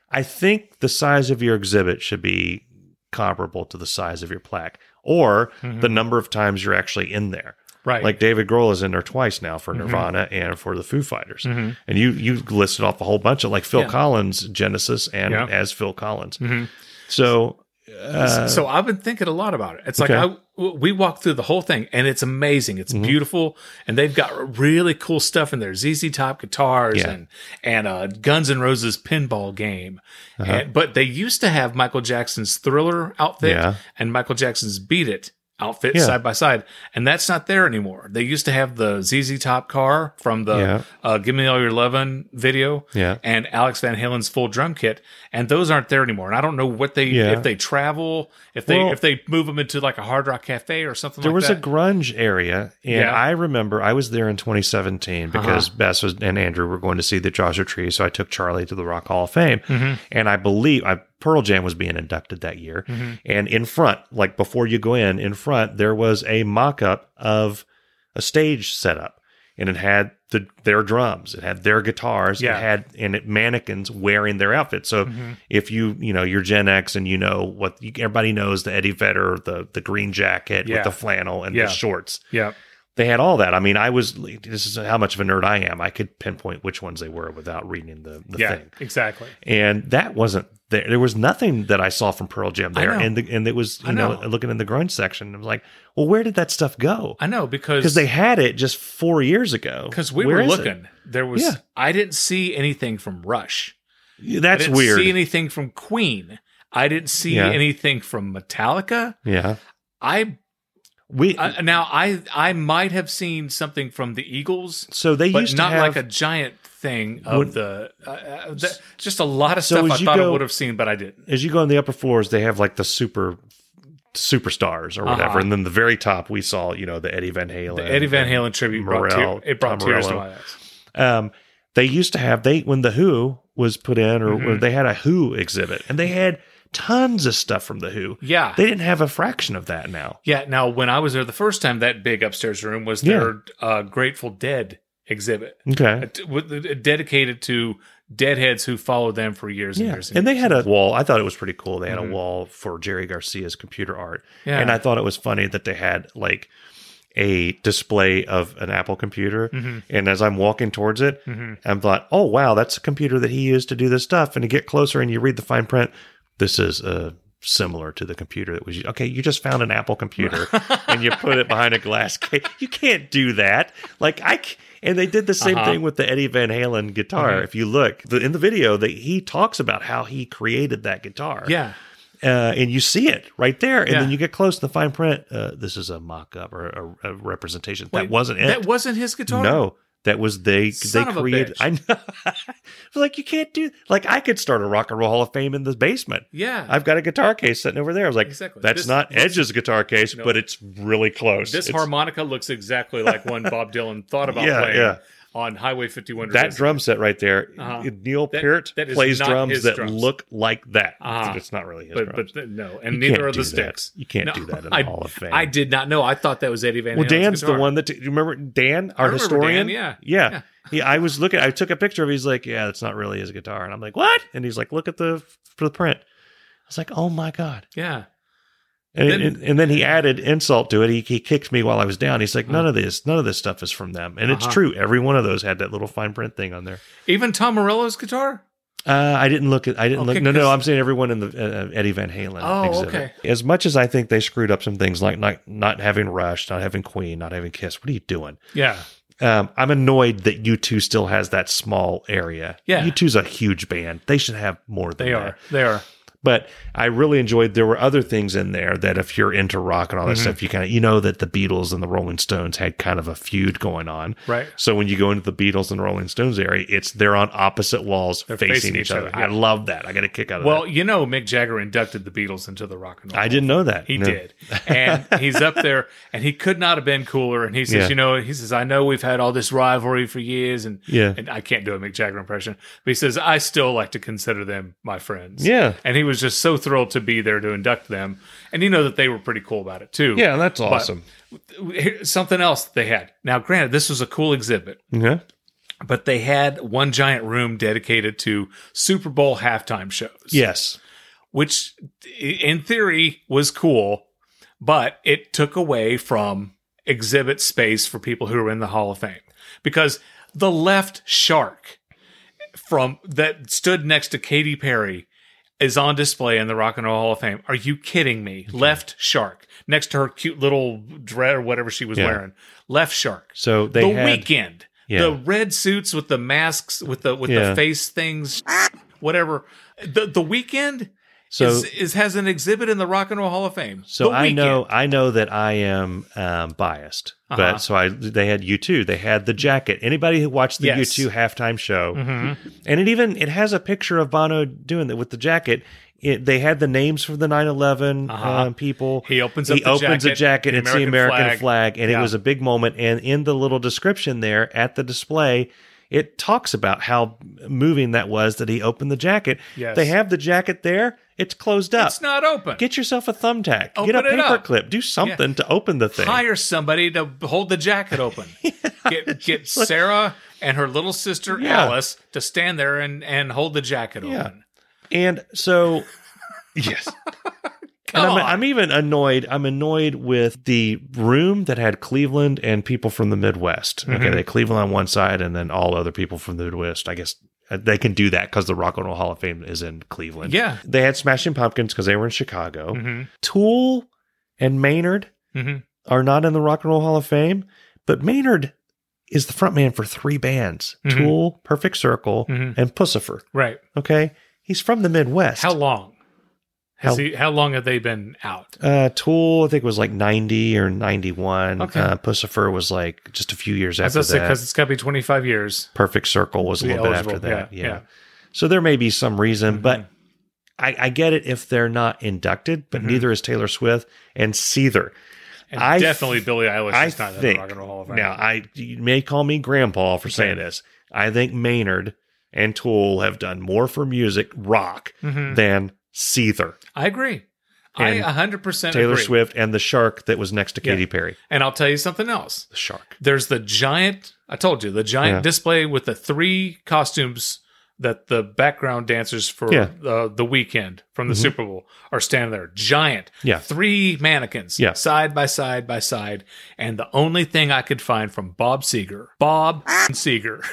Speaker 2: I think the size of your exhibit should be comparable to the size of your plaque or the number of times you're actually in there.
Speaker 1: Right. Mm-hmm.
Speaker 2: Like David Grohl is in there twice now for Nirvana and for the Foo Fighters. And you you listed off a whole bunch of like Phil Collins, Genesis, and
Speaker 1: Yeah. Mm-hmm.
Speaker 2: as Phil Collins. So
Speaker 1: so I've been thinking a lot about it. It's like
Speaker 2: Uh, okay. Mm-hmm.
Speaker 1: I w we walked through the whole thing, and it's amazing. It's beautiful, and they've got really cool stuff in there: ZZ Top guitars
Speaker 2: Yeah.
Speaker 1: and and uh, Guns N' Roses pinball game.
Speaker 2: Uh-huh.
Speaker 1: And, but they used to have Michael Jackson's Thriller outfit
Speaker 2: Yeah.
Speaker 1: and Michael Jackson's Beat It outfit
Speaker 2: Yeah.
Speaker 1: side by side, and that's not there anymore. They used to have the ZZ Top car from the
Speaker 2: Yeah.
Speaker 1: uh, "Give Me All Your Lovin'" video,
Speaker 2: Yeah.
Speaker 1: and Alex Van Halen's full drum kit, and those aren't there anymore. And I don't know what they
Speaker 2: Yeah.
Speaker 1: if they travel, if they
Speaker 2: Well-
Speaker 1: if they move them into like a hard rock cafe or something.
Speaker 2: there
Speaker 1: like
Speaker 2: was
Speaker 1: that.
Speaker 2: a grunge area, and
Speaker 1: Yeah. Uh-huh.
Speaker 2: I remember I was there in 2017 because Bess was, and Andrew were going to see the Joshua Tree, so I took Charlie to the Rock Hall of Fame,
Speaker 1: Mm-hmm.
Speaker 2: and I believe I, Pearl Jam was being inducted that year,
Speaker 1: Mm-hmm.
Speaker 2: and in front, like before you go in, in front there was a mock-up of a stage setup, and it had the their drums, it had their guitars,
Speaker 1: Yeah. Mm-hmm.
Speaker 2: it had and it mannequins wearing their outfits. So if you you know you're Gen X and you know what you, everybody knows the Eddie Vedder, the the green jacket
Speaker 1: Yeah.
Speaker 2: with the flannel and
Speaker 1: Yeah.
Speaker 2: the shorts.
Speaker 1: yeah,
Speaker 2: They had all that. I mean, I was this is how much of a nerd I am. I could pinpoint which ones they were without reading the, the
Speaker 1: yeah,
Speaker 2: thing.
Speaker 1: exactly.
Speaker 2: And that wasn't there. There was nothing that I saw from Pearl Jam
Speaker 1: I
Speaker 2: there.
Speaker 1: know.
Speaker 2: And the, and it was
Speaker 1: I
Speaker 2: you know,
Speaker 1: know.
Speaker 2: looking in the grunge section. I was like, well, where did that stuff go?
Speaker 1: I know because
Speaker 2: Because they had it just four years ago.
Speaker 1: because we
Speaker 2: Where
Speaker 1: were
Speaker 2: is it?
Speaker 1: looking. There was
Speaker 2: Yeah.
Speaker 1: I didn't see anything from Rush.
Speaker 2: That's
Speaker 1: I didn't
Speaker 2: weird.
Speaker 1: See anything from Queen. I didn't see
Speaker 2: Yeah.
Speaker 1: anything from Metallica.
Speaker 2: yeah,
Speaker 1: I
Speaker 2: we.
Speaker 1: I now I I might have seen something from the Eagles.
Speaker 2: so they
Speaker 1: but
Speaker 2: used
Speaker 1: not
Speaker 2: to have,
Speaker 1: like a giant thing of
Speaker 2: Would-
Speaker 1: the uh, uh, th- just a lot of
Speaker 2: So
Speaker 1: stuff I
Speaker 2: as you
Speaker 1: thought I
Speaker 2: go-
Speaker 1: would have seen, but I didn't.
Speaker 2: as you go on the upper floors, they have like the super superstars or whatever,
Speaker 1: Uh-huh.
Speaker 2: and then the very top we saw, you know, the Eddie Van Halen,
Speaker 1: The Eddie Van Halen tribute brought
Speaker 2: Morrell,
Speaker 1: te- it brought
Speaker 2: Tom
Speaker 1: tears to my
Speaker 2: Morello.
Speaker 1: eyes.
Speaker 2: Um, they used to have they when the Who was put in, or
Speaker 1: Mm-hmm.
Speaker 2: or they had a Who exhibit, and they had tons of stuff from the Who.
Speaker 1: Yeah.
Speaker 2: they didn't have a fraction of that now.
Speaker 1: Yeah. Now, when I was there the first time, that big upstairs room was
Speaker 2: Yeah.
Speaker 1: their uh, Grateful Dead exhibit, uh,
Speaker 2: Okay,
Speaker 1: t- with- uh, dedicated to deadheads who followed them for years and
Speaker 2: yeah,
Speaker 1: years.
Speaker 2: and they
Speaker 1: years.
Speaker 2: had a wall. I thought it was pretty cool. They had a wall for Jerry Garcia's computer art,
Speaker 1: Yeah.
Speaker 2: and I thought it was funny that they had like a display of an Apple computer. And as I'm walking towards it, I'm thought, oh wow, that's a computer that he used to do this stuff. And to get closer and you read the fine print, this is uh, similar to the computer that was used. Okay, you just found an Apple computer and you put it behind a glass case. You can't do that. Like I. c- And they did the same thing with the Eddie Van Halen guitar. If you look the, in the video, that he talks about how he created that guitar
Speaker 1: yeah.
Speaker 2: uh, and you see it right there, and
Speaker 1: Yeah.
Speaker 2: then you get close to the fine print. Uh, this is a mock-up or a, a representation. that wasn't it.
Speaker 1: That wasn't his guitar.
Speaker 2: no, that was they.
Speaker 1: Son
Speaker 2: they
Speaker 1: of a
Speaker 2: created.
Speaker 1: bitch.
Speaker 2: I know. like you can't do. Like I could start a rock and roll hall of fame in the basement.
Speaker 1: Yeah.
Speaker 2: I've got a guitar case sitting over there. I was like,
Speaker 1: Exactly.
Speaker 2: that's
Speaker 1: This-
Speaker 2: not
Speaker 1: this-
Speaker 2: Edge's guitar case,
Speaker 1: No.
Speaker 2: but it's really close.
Speaker 1: this
Speaker 2: It's-
Speaker 1: harmonica looks exactly like one Bob Dylan thought about
Speaker 2: Yeah,
Speaker 1: playing.
Speaker 2: yeah.
Speaker 1: on Highway 51.
Speaker 2: That
Speaker 1: Resistance.
Speaker 2: drum set right there,
Speaker 1: Uh-huh.
Speaker 2: Neil
Speaker 1: That-
Speaker 2: Peart
Speaker 1: that is
Speaker 2: plays
Speaker 1: not
Speaker 2: drums
Speaker 1: his
Speaker 2: that
Speaker 1: drums.
Speaker 2: look like that.
Speaker 1: Uh-huh.
Speaker 2: It's not really his
Speaker 1: but
Speaker 2: drums.
Speaker 1: but th- no,
Speaker 2: You
Speaker 1: and neither
Speaker 2: can't
Speaker 1: are the
Speaker 2: do that.
Speaker 1: sticks.
Speaker 2: You can't
Speaker 1: No,
Speaker 2: do that in the
Speaker 1: I-
Speaker 2: Hall of Fame.
Speaker 1: I did not know. I thought that was Eddie Van.
Speaker 2: well,
Speaker 1: Halen's
Speaker 2: Dan's the
Speaker 1: guitar.
Speaker 2: one that t- you remember Dan,
Speaker 1: I
Speaker 2: our
Speaker 1: remember
Speaker 2: historian.
Speaker 1: Dan, yeah.
Speaker 2: yeah,
Speaker 1: Yeah.
Speaker 2: He- I was looking. I took a picture of. It, he's like, yeah, that's not really his guitar. And I'm like, what? And he's like, look at the for the print. I was like, oh my god.
Speaker 1: Yeah,
Speaker 2: And
Speaker 1: Then-
Speaker 2: and, and then he added insult to it. He, he kicked me while I was down. He's like, none of this, none of this stuff is from them. And
Speaker 1: Uh-huh.
Speaker 2: it's true. Every one of those had that little fine print thing on there.
Speaker 1: even Tom Morello's guitar.
Speaker 2: Uh, I didn't look at. I didn't
Speaker 1: Okay,
Speaker 2: look. No,
Speaker 1: 'cause-
Speaker 2: no. I'm saying everyone in the uh, uh, Eddie Van Halen.
Speaker 1: Oh,
Speaker 2: exhibit.
Speaker 1: okay.
Speaker 2: As much as I think they screwed up some things, like not not having Rush, not having Queen, not having Kiss. What are you doing?
Speaker 1: Yeah,
Speaker 2: Um, I'm annoyed that U2 still has that small area.
Speaker 1: Yeah.
Speaker 2: U2's a huge band. They should have more than
Speaker 1: they
Speaker 2: that.
Speaker 1: are. They are.
Speaker 2: But I really enjoyed. There were other things in there that, if you're into rock and all that
Speaker 1: Mhm.
Speaker 2: stuff, you kind of you know that the Beatles and the Rolling Stones had kind of a feud going on.
Speaker 1: Right.
Speaker 2: So when you go into the Beatles and Rolling Stones area, it's they're on opposite walls,
Speaker 1: They're
Speaker 2: facing,
Speaker 1: facing
Speaker 2: each,
Speaker 1: each
Speaker 2: other.
Speaker 1: other,
Speaker 2: I
Speaker 1: yeah.
Speaker 2: love that. I got a kick out of
Speaker 1: Well,
Speaker 2: that.
Speaker 1: you know, Mick Jagger inducted the Beatles into the Rock and Roll.
Speaker 2: I didn't know that.
Speaker 1: He
Speaker 2: No.
Speaker 1: did. And he's up there and he could not have been cooler. And he says,
Speaker 2: Yeah.
Speaker 1: you know, he says, I know we've had all this rivalry for years and
Speaker 2: Yeah.
Speaker 1: and I can't do a Mick Jagger impression. But he says, I still like to consider them my friends.
Speaker 2: Yeah.
Speaker 1: And he was just so thrilled to be there to induct them. And you know that they were pretty cool about it too.
Speaker 2: Yeah, that's awesome.
Speaker 1: Something else that they had. Now, granted, this was a cool exhibit,
Speaker 2: Yeah.
Speaker 1: but they had one giant room dedicated to Super Bowl halftime shows
Speaker 2: Yes.
Speaker 1: which in theory was cool, but it took away from exhibit space for people who were in the Hall of Fame because the left shark from that stood next to Katy Perry is on display in the Rock and Roll Hall of Fame. Are you kidding me? Left shark next to her cute little dread or whatever she was
Speaker 2: Yeah.
Speaker 1: wearing. Left shark.
Speaker 2: So they
Speaker 1: the
Speaker 2: had
Speaker 1: weekend.
Speaker 2: Yeah.
Speaker 1: The red suits with the masks with the with
Speaker 2: Yeah.
Speaker 1: the face things whatever. The the weekend
Speaker 2: so
Speaker 1: is, is has an exhibit in the Rock and Roll Hall of Fame.
Speaker 2: So
Speaker 1: The
Speaker 2: I know
Speaker 1: Weeknd.
Speaker 2: I know that I am um, biased,
Speaker 1: Uh-huh.
Speaker 2: but so I they had U two, they had the jacket. Anybody who watched the U
Speaker 1: Yes. Mm-hmm.
Speaker 2: two halftime show, and it even it has a picture of Bono doing it with the jacket. It, they had the names for the 9-11
Speaker 1: Uh-huh.
Speaker 2: um, people.
Speaker 1: He opens
Speaker 2: he
Speaker 1: up the
Speaker 2: opens
Speaker 1: jacket,
Speaker 2: a jacket.
Speaker 1: the
Speaker 2: It's the
Speaker 1: American
Speaker 2: American
Speaker 1: flag.
Speaker 2: flag, and
Speaker 1: Yeah.
Speaker 2: it was a big moment. And in the little description there at the display, it talks about how moving that was that he opened the jacket.
Speaker 1: Yes.
Speaker 2: They have the jacket there. It's closed up.
Speaker 1: it's not open.
Speaker 2: Get yourself a thumbtack.
Speaker 1: Open
Speaker 2: Get a
Speaker 1: it up.
Speaker 2: paperclip. Do something to open the thing.
Speaker 1: Hire somebody to hold the jacket open. Get get Sarah and her little sister
Speaker 2: Yeah.
Speaker 1: Alice to stand there and and hold the jacket
Speaker 2: Yeah.
Speaker 1: open.
Speaker 2: And so, yes. and I'm,
Speaker 1: on.
Speaker 2: I'm even annoyed. I'm annoyed with the room that had Cleveland and people from the Midwest.
Speaker 1: Mm-hmm.
Speaker 2: Okay, they had Cleveland on one side, and then all other people from the Midwest. I guess uh, they can do that because the Rock and Roll Hall of Fame is in Cleveland.
Speaker 1: Yeah.
Speaker 2: they had Smashing Pumpkins because they were in Chicago.
Speaker 1: Mhm.
Speaker 2: Tool and Maynard
Speaker 1: Mhm.
Speaker 2: are not in the Rock and Roll Hall of Fame, but Maynard is the frontman for three bands:
Speaker 1: Mhm.
Speaker 2: Tool, Perfect Circle,
Speaker 1: Mhm.
Speaker 2: and Pussifer.
Speaker 1: Right.
Speaker 2: Okay, he's from the Midwest.
Speaker 1: How long? Has
Speaker 2: How-
Speaker 1: he, how long have they been out?
Speaker 2: Uh, Tool, I think was like ninety or ninety one.
Speaker 1: Okay.
Speaker 2: Uh, Pussifer was like just a few years
Speaker 1: As
Speaker 2: after
Speaker 1: I said,
Speaker 2: that.
Speaker 1: because it's got to be twenty five years.
Speaker 2: Perfect Circle was a
Speaker 1: be
Speaker 2: little bit
Speaker 1: eligible,
Speaker 2: after that.
Speaker 1: yeah, Mm-hmm.
Speaker 2: Yeah,
Speaker 1: yeah.
Speaker 2: So there may be some reason, but I, I get it if they're not inducted. But
Speaker 1: Mm-hmm.
Speaker 2: neither is Taylor Swift and Seether.
Speaker 1: And
Speaker 2: I
Speaker 1: definitely Billie Eilish
Speaker 2: I
Speaker 1: is not in the
Speaker 2: think-
Speaker 1: Rock and Roll Hall of Fame.
Speaker 2: Now, I you may call me grandpa for saying this. I think Maynard and Tool have done more for music rock
Speaker 1: Mhm.
Speaker 2: than Seether,
Speaker 1: I agree.
Speaker 2: And
Speaker 1: I hundred percent
Speaker 2: Taylor
Speaker 1: agree.
Speaker 2: Swift, and the shark that was next to
Speaker 1: Yeah.
Speaker 2: Katy Perry.
Speaker 1: And I'll tell you something else.
Speaker 2: The shark.
Speaker 1: there's the giant i told you the giant
Speaker 2: Yeah.
Speaker 1: display with the three costumes that the background dancers for
Speaker 2: Yeah. Mm-hmm.
Speaker 1: uh, the weekend from the super bowl are standing there giant
Speaker 2: Yeah.
Speaker 1: three mannequins
Speaker 2: Yeah.
Speaker 1: side by side by side and the only thing i could find from bob seger bob seger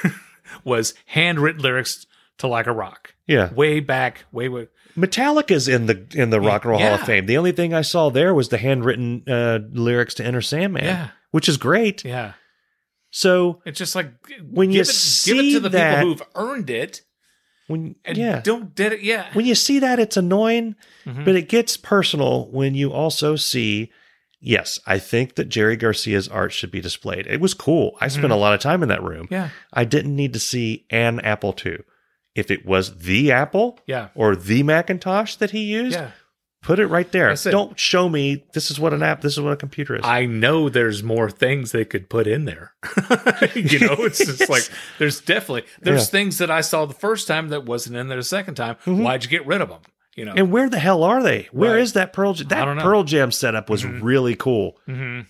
Speaker 1: was handwritten lyrics to like a rock
Speaker 2: Yeah.
Speaker 1: way back way way
Speaker 2: Metallica's in the in the Rock and Roll Hall
Speaker 1: Yeah.
Speaker 2: of Fame. The only thing I saw there was the handwritten uh, lyrics to Enter Sandman,
Speaker 1: Yeah.
Speaker 2: which is great.
Speaker 1: yeah
Speaker 2: So
Speaker 1: it's just like
Speaker 2: When
Speaker 1: give
Speaker 2: you
Speaker 1: it, give it
Speaker 2: see
Speaker 1: to the
Speaker 2: that-
Speaker 1: people who've earned it
Speaker 2: when
Speaker 1: and
Speaker 2: yeah,
Speaker 1: don't did it yeah
Speaker 2: when you see that, it's annoying,
Speaker 1: Mm-hmm.
Speaker 2: but it gets personal when you also see. Yes, I think that Jerry Garcia's art should be displayed. It was cool. I spent a lot of time in that room.
Speaker 1: Mm-hmm. yeah
Speaker 2: I didn't need to see an Apple II. If it was the Apple
Speaker 1: yeah
Speaker 2: or the Macintosh that he used,
Speaker 1: yeah
Speaker 2: Put it right there.
Speaker 1: That's it.
Speaker 2: Don't show me this is what an app, this is what a computer is.
Speaker 1: I know there's more things they could put in there. you know, it's just like there's definitely there's
Speaker 2: Yeah. Mm-hmm.
Speaker 1: things that I saw the first time that wasn't in there the second time. Why'd you get rid of them? You know,
Speaker 2: and where the hell are they? Where is
Speaker 1: Right.
Speaker 2: that Pearl Jam? That
Speaker 1: don't know. Mm-hmm.
Speaker 2: Pearl Jam setup was really cool.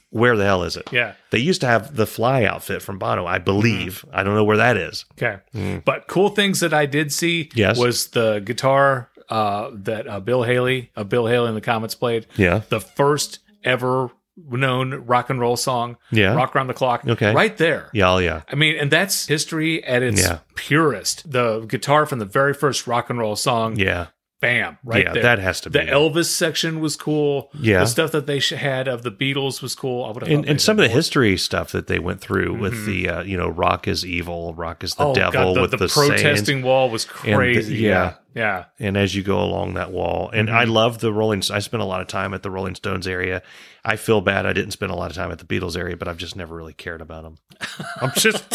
Speaker 2: Where the hell is it?
Speaker 1: yeah,
Speaker 2: They used to have the fly outfit from Bono, I believe.
Speaker 1: Mm-hmm.
Speaker 2: I don't know where that is.
Speaker 1: okay. But cool things that I did see
Speaker 2: Mm. Yes.
Speaker 1: was the guitar uh, that uh, Bill Haley, uh, Bill Haley in the comments played.
Speaker 2: Yeah.
Speaker 1: the first ever known rock and roll song.
Speaker 2: Yeah.
Speaker 1: rock around the clock.
Speaker 2: Okay.
Speaker 1: right there.
Speaker 2: Yeah, oh, yeah.
Speaker 1: I mean, and that's history at its
Speaker 2: Yeah.
Speaker 1: purest. The guitar from the very first rock and roll song,
Speaker 2: Yeah.
Speaker 1: bam, right
Speaker 2: yeah,
Speaker 1: there.
Speaker 2: that has to
Speaker 1: the
Speaker 2: be. it.
Speaker 1: Elvis section was cool.
Speaker 2: Yeah.
Speaker 1: the stuff that they sh- had of the Beatles was cool. I would have
Speaker 2: and, and some of the history stuff that they went through with the uh, you know rock is evil rock is the
Speaker 1: Mm-hmm. oh,
Speaker 2: devil
Speaker 1: God, the,
Speaker 2: with
Speaker 1: the,
Speaker 2: the,
Speaker 1: protesting
Speaker 2: sayings,
Speaker 1: wall was
Speaker 2: the-
Speaker 1: crazy. yeah, yeah,
Speaker 2: and as you go along that wall and
Speaker 1: Mm-hmm.
Speaker 2: i love the rolling i spent a lot of time at the rolling stones area i feel bad i didn't spend a lot of time at the beatles area but i've just never really cared about them i'm just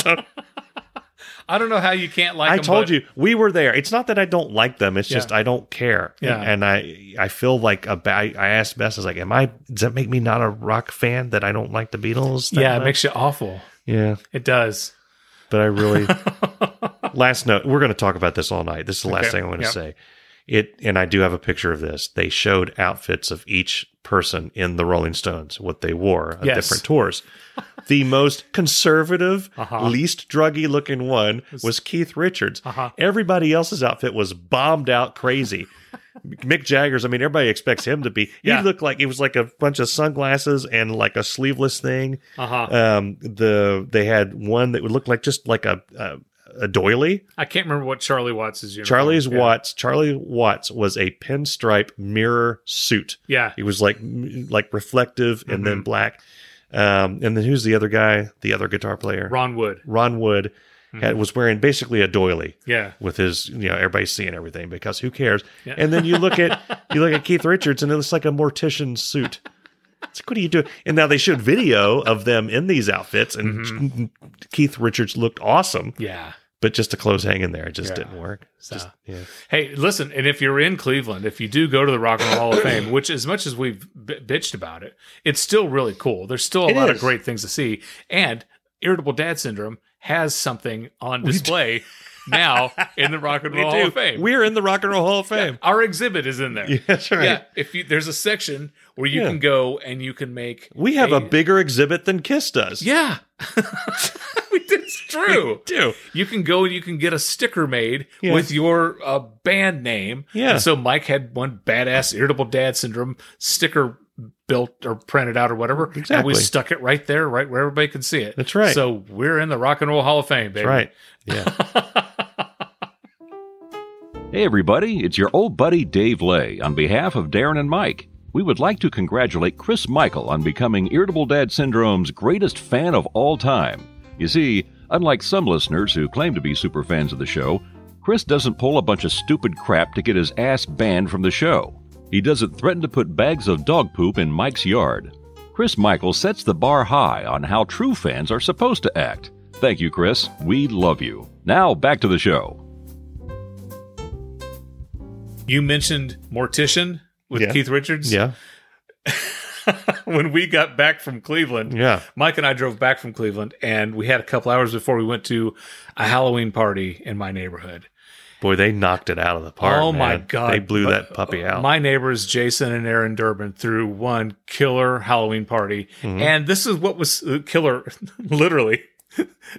Speaker 1: I don't know how you can't like.
Speaker 2: i
Speaker 1: 'em,
Speaker 2: told
Speaker 1: but-
Speaker 2: you we were there it's not that i don't like them it's
Speaker 1: Yeah.
Speaker 2: just i don't care
Speaker 1: Yeah.
Speaker 2: and i i feel like a bad i asked bess I was like am i does that make me not a rock fan that i don't like the beatles that
Speaker 1: Yeah, it
Speaker 2: much?
Speaker 1: makes you awful.
Speaker 2: yeah
Speaker 1: It does.
Speaker 2: but I really last note. We're going to talk about this all night. This is the last
Speaker 1: Okay.
Speaker 2: thing I want to
Speaker 1: Yep.
Speaker 2: say. It and I do have a picture of this. They showed outfits of each person in the Rolling Stones, what they wore on
Speaker 1: Yes.
Speaker 2: different tours. The most conservative,
Speaker 1: Uh-huh.
Speaker 2: least druggy looking one was Keith Richards.
Speaker 1: Uh-huh.
Speaker 2: Everybody else's outfit was bombed out crazy. Mick Jagger's, I mean, everybody expects him to be.
Speaker 1: Yeah.
Speaker 2: He looked like it was like a bunch of sunglasses and like a sleeveless thing
Speaker 1: Uh huh.
Speaker 2: um the they had one that would look like just like a a, a doily
Speaker 1: I can't remember what Charlie Watts is.
Speaker 2: charlie's
Speaker 1: yeah.
Speaker 2: watts charlie watts was a pinstripe mirror suit
Speaker 1: Yeah.
Speaker 2: it was like like reflective and
Speaker 1: Mm-hmm.
Speaker 2: then black um and then who's the other guy the other guitar player
Speaker 1: Ron Mm-hmm. Wood.
Speaker 2: Ron wood had, was wearing basically a doily
Speaker 1: Yeah.
Speaker 2: with his you know everybody's seeing everything because who cares
Speaker 1: Yeah.
Speaker 2: and then you look at you look at keith richards and it looks like a mortician suit it's like what are you doing and now they showed video of them in these outfits and keith richards looked awesome
Speaker 1: Yeah.
Speaker 2: but just to close hanging there it just
Speaker 1: Yeah.
Speaker 2: didn't work It's just- yeah.
Speaker 1: Hey, listen, and if you're in Cleveland, if you do go to the Rock and Roll Hall of Fame, which as much as we've b- bitched about it, it's still really cool. There's still a
Speaker 2: It
Speaker 1: lot of
Speaker 2: is.
Speaker 1: great things to see. And Irritable Dad Syndrome has something on display now in the Rock and Roll Hall of Fame.
Speaker 2: we're in the rock and roll hall of fame
Speaker 1: Our exhibit is in there.
Speaker 2: yeah. that's right
Speaker 1: Yeah, if you there's a section where you
Speaker 2: Yeah.
Speaker 1: can go and you can make
Speaker 2: we have a bigger exhibit than kiss does
Speaker 1: Yeah. we did it's true.
Speaker 2: do
Speaker 1: you can go and you can get a sticker made
Speaker 2: Yeah.
Speaker 1: with your uh, band name.
Speaker 2: Yeah.
Speaker 1: And so Mike had one badass irritable dad syndrome sticker built or printed out or whatever. And
Speaker 2: Exactly.
Speaker 1: we stuck it right there, right where everybody could see it.
Speaker 2: That's right.
Speaker 1: So we're in the Rock and Roll Hall of Fame, baby.
Speaker 2: that's right yeah
Speaker 3: Hey, everybody, it's your old buddy Dave Lay on behalf of Darren and Mike. We would like to congratulate Chris Michael on becoming Irritable Dad Syndrome's greatest fan of all time. You see, unlike some listeners who claim to be super fans of the show, Chris doesn't pull a bunch of stupid crap to get his ass banned from the show. He doesn't threaten to put bags of dog poop in Mike's yard. Chris Michael sets the bar high on how true fans are supposed to act. Thank you, Chris. We love you. Now, back to the show.
Speaker 1: You mentioned Mortician with
Speaker 2: Yeah.
Speaker 1: Keith Richards.
Speaker 2: yeah
Speaker 1: when we got back from Cleveland,
Speaker 2: Yeah.
Speaker 1: Mike and I drove back from Cleveland and we had a couple hours before we went to a Halloween party in my neighborhood.
Speaker 2: boy they knocked it out of the park
Speaker 1: Oh, my
Speaker 2: man.
Speaker 1: God.
Speaker 2: they blew
Speaker 1: But-
Speaker 2: that puppy out
Speaker 1: My neighbors, Jason and Aaron Durbin, threw one killer Halloween party.
Speaker 2: Mm-hmm.
Speaker 1: And this is what was uh, killer, literally.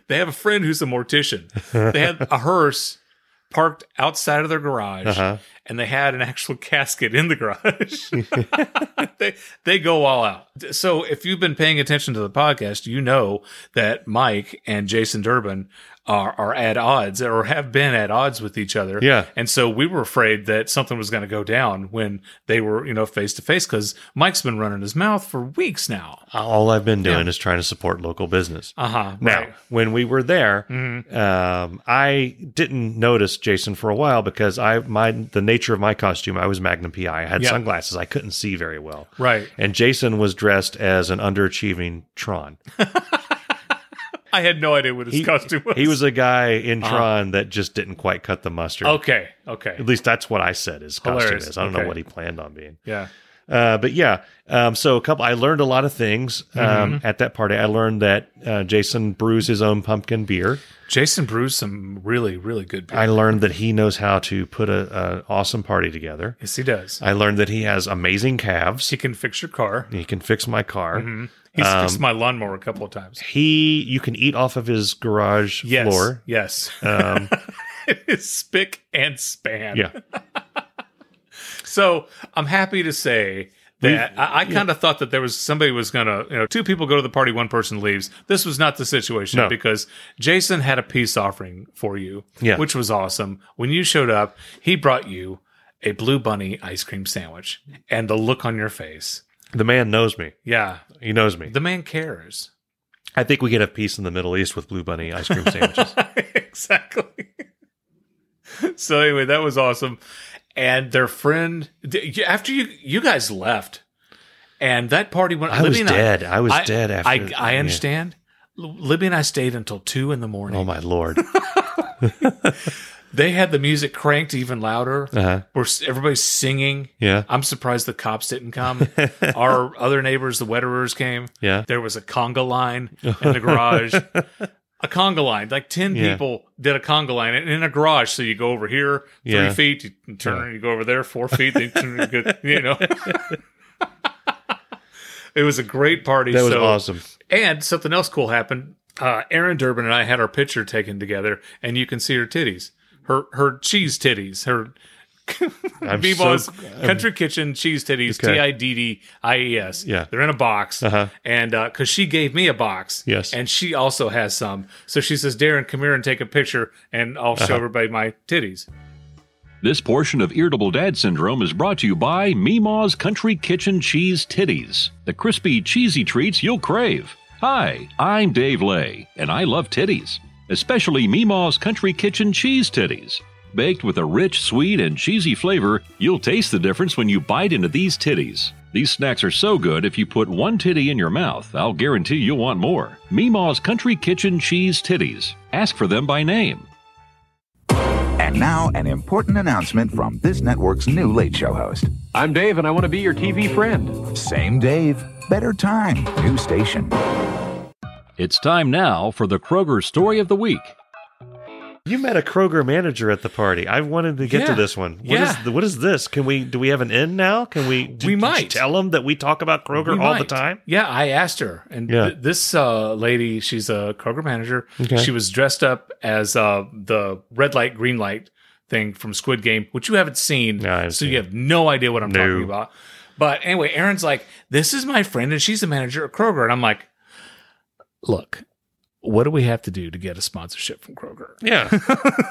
Speaker 1: they have a friend who's a mortician. They had a hearse parked outside of their garage
Speaker 2: Uh-huh.
Speaker 1: and they had an actual casket in the garage. they they go all out. So if you've been paying attention to the podcast, you know that Mike and Jason Durbin are are at odds or have been at odds with each other.
Speaker 2: Yeah.
Speaker 1: And so we were afraid that something was going to go down when they were, you know, face to face cuz Mike's been running his mouth for weeks now.
Speaker 2: all I've been doing is trying to support local business.
Speaker 1: Uh-huh.
Speaker 2: Now,
Speaker 1: right. Mm-hmm.
Speaker 2: when we were there, um, I didn't notice Jason for a while because I my the nature of my costume, I was Magnum PI. I had
Speaker 1: Yeah.
Speaker 2: sunglasses. I couldn't see very well.
Speaker 1: Right.
Speaker 2: And Jason was dressed as an underachieving Tron.
Speaker 1: I had no idea what his
Speaker 2: He,
Speaker 1: costume was. Uh-huh.
Speaker 2: he was a guy in Tron that just didn't quite cut the mustard.
Speaker 1: okay, okay,
Speaker 2: At least that's what I said his costume
Speaker 1: Hilarious.
Speaker 2: is. I don't
Speaker 1: Okay.
Speaker 2: know what he planned on being.
Speaker 1: yeah.
Speaker 2: Uh, but yeah, um, so a couple. I learned a lot of things um,
Speaker 1: Mm-hmm.
Speaker 2: at that party. I learned that uh, Jason brews his own pumpkin beer.
Speaker 1: Jason brews some really, really good beer.
Speaker 2: I learned that he knows how to put a, a awesome party together.
Speaker 1: yes, he does.
Speaker 2: I learned that he has amazing calves.
Speaker 1: he can fix your car.
Speaker 2: He can fix my car.
Speaker 1: He's
Speaker 2: Um,
Speaker 1: fixed my lawnmower a couple of times.
Speaker 2: He, you can eat off of his garage
Speaker 1: Yes,
Speaker 2: floor.
Speaker 1: yes.
Speaker 2: Um,
Speaker 1: it's spick and span.
Speaker 2: yeah,
Speaker 1: So I'm happy to say that I, I kind of thought that there was somebody was gonna, you know, two people go to the party, one person leaves. This was not the situation
Speaker 2: No.
Speaker 1: because Jason had a peace offering for you,
Speaker 2: Yeah.
Speaker 1: which was awesome. When you showed up, he brought you a blue bunny ice cream sandwich, and the look on your face,
Speaker 2: the man knows me.
Speaker 1: yeah,
Speaker 2: He knows me.
Speaker 1: the man cares.
Speaker 2: I think we could have peace in the Middle East with Blue Bunny ice cream sandwiches.
Speaker 1: exactly. so anyway, that was awesome. And their friend d- you- after you you guys left, and that party went.
Speaker 2: I was
Speaker 1: Libby and
Speaker 2: dead. I was dead after-
Speaker 1: I I
Speaker 2: yeah.
Speaker 1: understand. L- Libby and I stayed until two in the morning.
Speaker 2: oh my lord!
Speaker 1: They had the music cranked even louder.
Speaker 2: Uh-huh.
Speaker 1: We're s- everybody's singing.
Speaker 2: Yeah,
Speaker 1: I'm surprised the cops didn't come. Our other neighbors, the Wetterers, came.
Speaker 2: yeah.
Speaker 1: There was a conga line in the garage. a conga line, like 10
Speaker 2: Yeah.
Speaker 1: people did a conga line in, in a garage. So you go over here three
Speaker 2: Yeah.
Speaker 1: feet, you turn, you go over there four feet, then you turn, you go- you know. it was a great party.
Speaker 2: That was
Speaker 1: so,
Speaker 2: awesome.
Speaker 1: And something else cool happened. Uh, Aaron Durbin and I had our picture taken together, and you can see her titties, her her cheese titties, her
Speaker 2: I'm
Speaker 1: Bebo's
Speaker 2: so-
Speaker 1: Country Kitchen Cheese Titties,
Speaker 2: Okay.
Speaker 1: T I D D I E S.
Speaker 2: Yeah.
Speaker 1: They're in a box.
Speaker 2: Uh-huh.
Speaker 1: And because she gave me a box.
Speaker 2: Yes.
Speaker 1: And she also has some. So she says, Darren, come here and take a picture, and I'll
Speaker 2: Uh-huh.
Speaker 1: show everybody my titties.
Speaker 3: This portion of Irritable Dad Syndrome is brought to you by Meemaw's Country Kitchen Cheese Titties, the crispy, cheesy treats you'll crave. Hi, I'm Dave Lay, and I love titties, especially Meemaw's Country Kitchen Cheese Titties. Baked with a rich, sweet, and cheesy flavor, you'll taste the difference when you bite into these titties. These snacks are so good, if you put one titty in your mouth, I'll guarantee you'll want more. Meemaw's Country Kitchen Cheese Titties. Ask for them by name.
Speaker 5: And now, an important announcement from this network's new late show host.
Speaker 6: I'm Dave, and I want to be your TV friend.
Speaker 5: Same Dave, better time, new station.
Speaker 3: It's time now for the Kroger Story of the Week.
Speaker 2: You met a Kroger manager at the party. I wanted to get to
Speaker 1: Yeah.
Speaker 2: this one. What is
Speaker 1: Yeah.
Speaker 2: th- what is this? Can we do we have an end now? Can we d-
Speaker 1: We
Speaker 2: d-
Speaker 1: might.
Speaker 2: tell him that we talk about Kroger
Speaker 1: We
Speaker 2: all the
Speaker 1: might.
Speaker 2: time?
Speaker 1: Yeah, I asked her, and
Speaker 2: Yeah.
Speaker 1: th- this uh, lady, she's a Kroger manager.
Speaker 2: Okay.
Speaker 1: She was dressed up as uh, the red light, green light thing from Squid Game, which you haven't seen,
Speaker 2: No, I haven't
Speaker 1: so
Speaker 2: seen
Speaker 1: you have no idea what I'm
Speaker 2: No.
Speaker 1: talking about. But anyway, Aaron's like, "This is my friend, and she's the manager at Kroger," and I'm like, "Look." What do we have to do to get a sponsorship from Kroger?
Speaker 2: Yeah.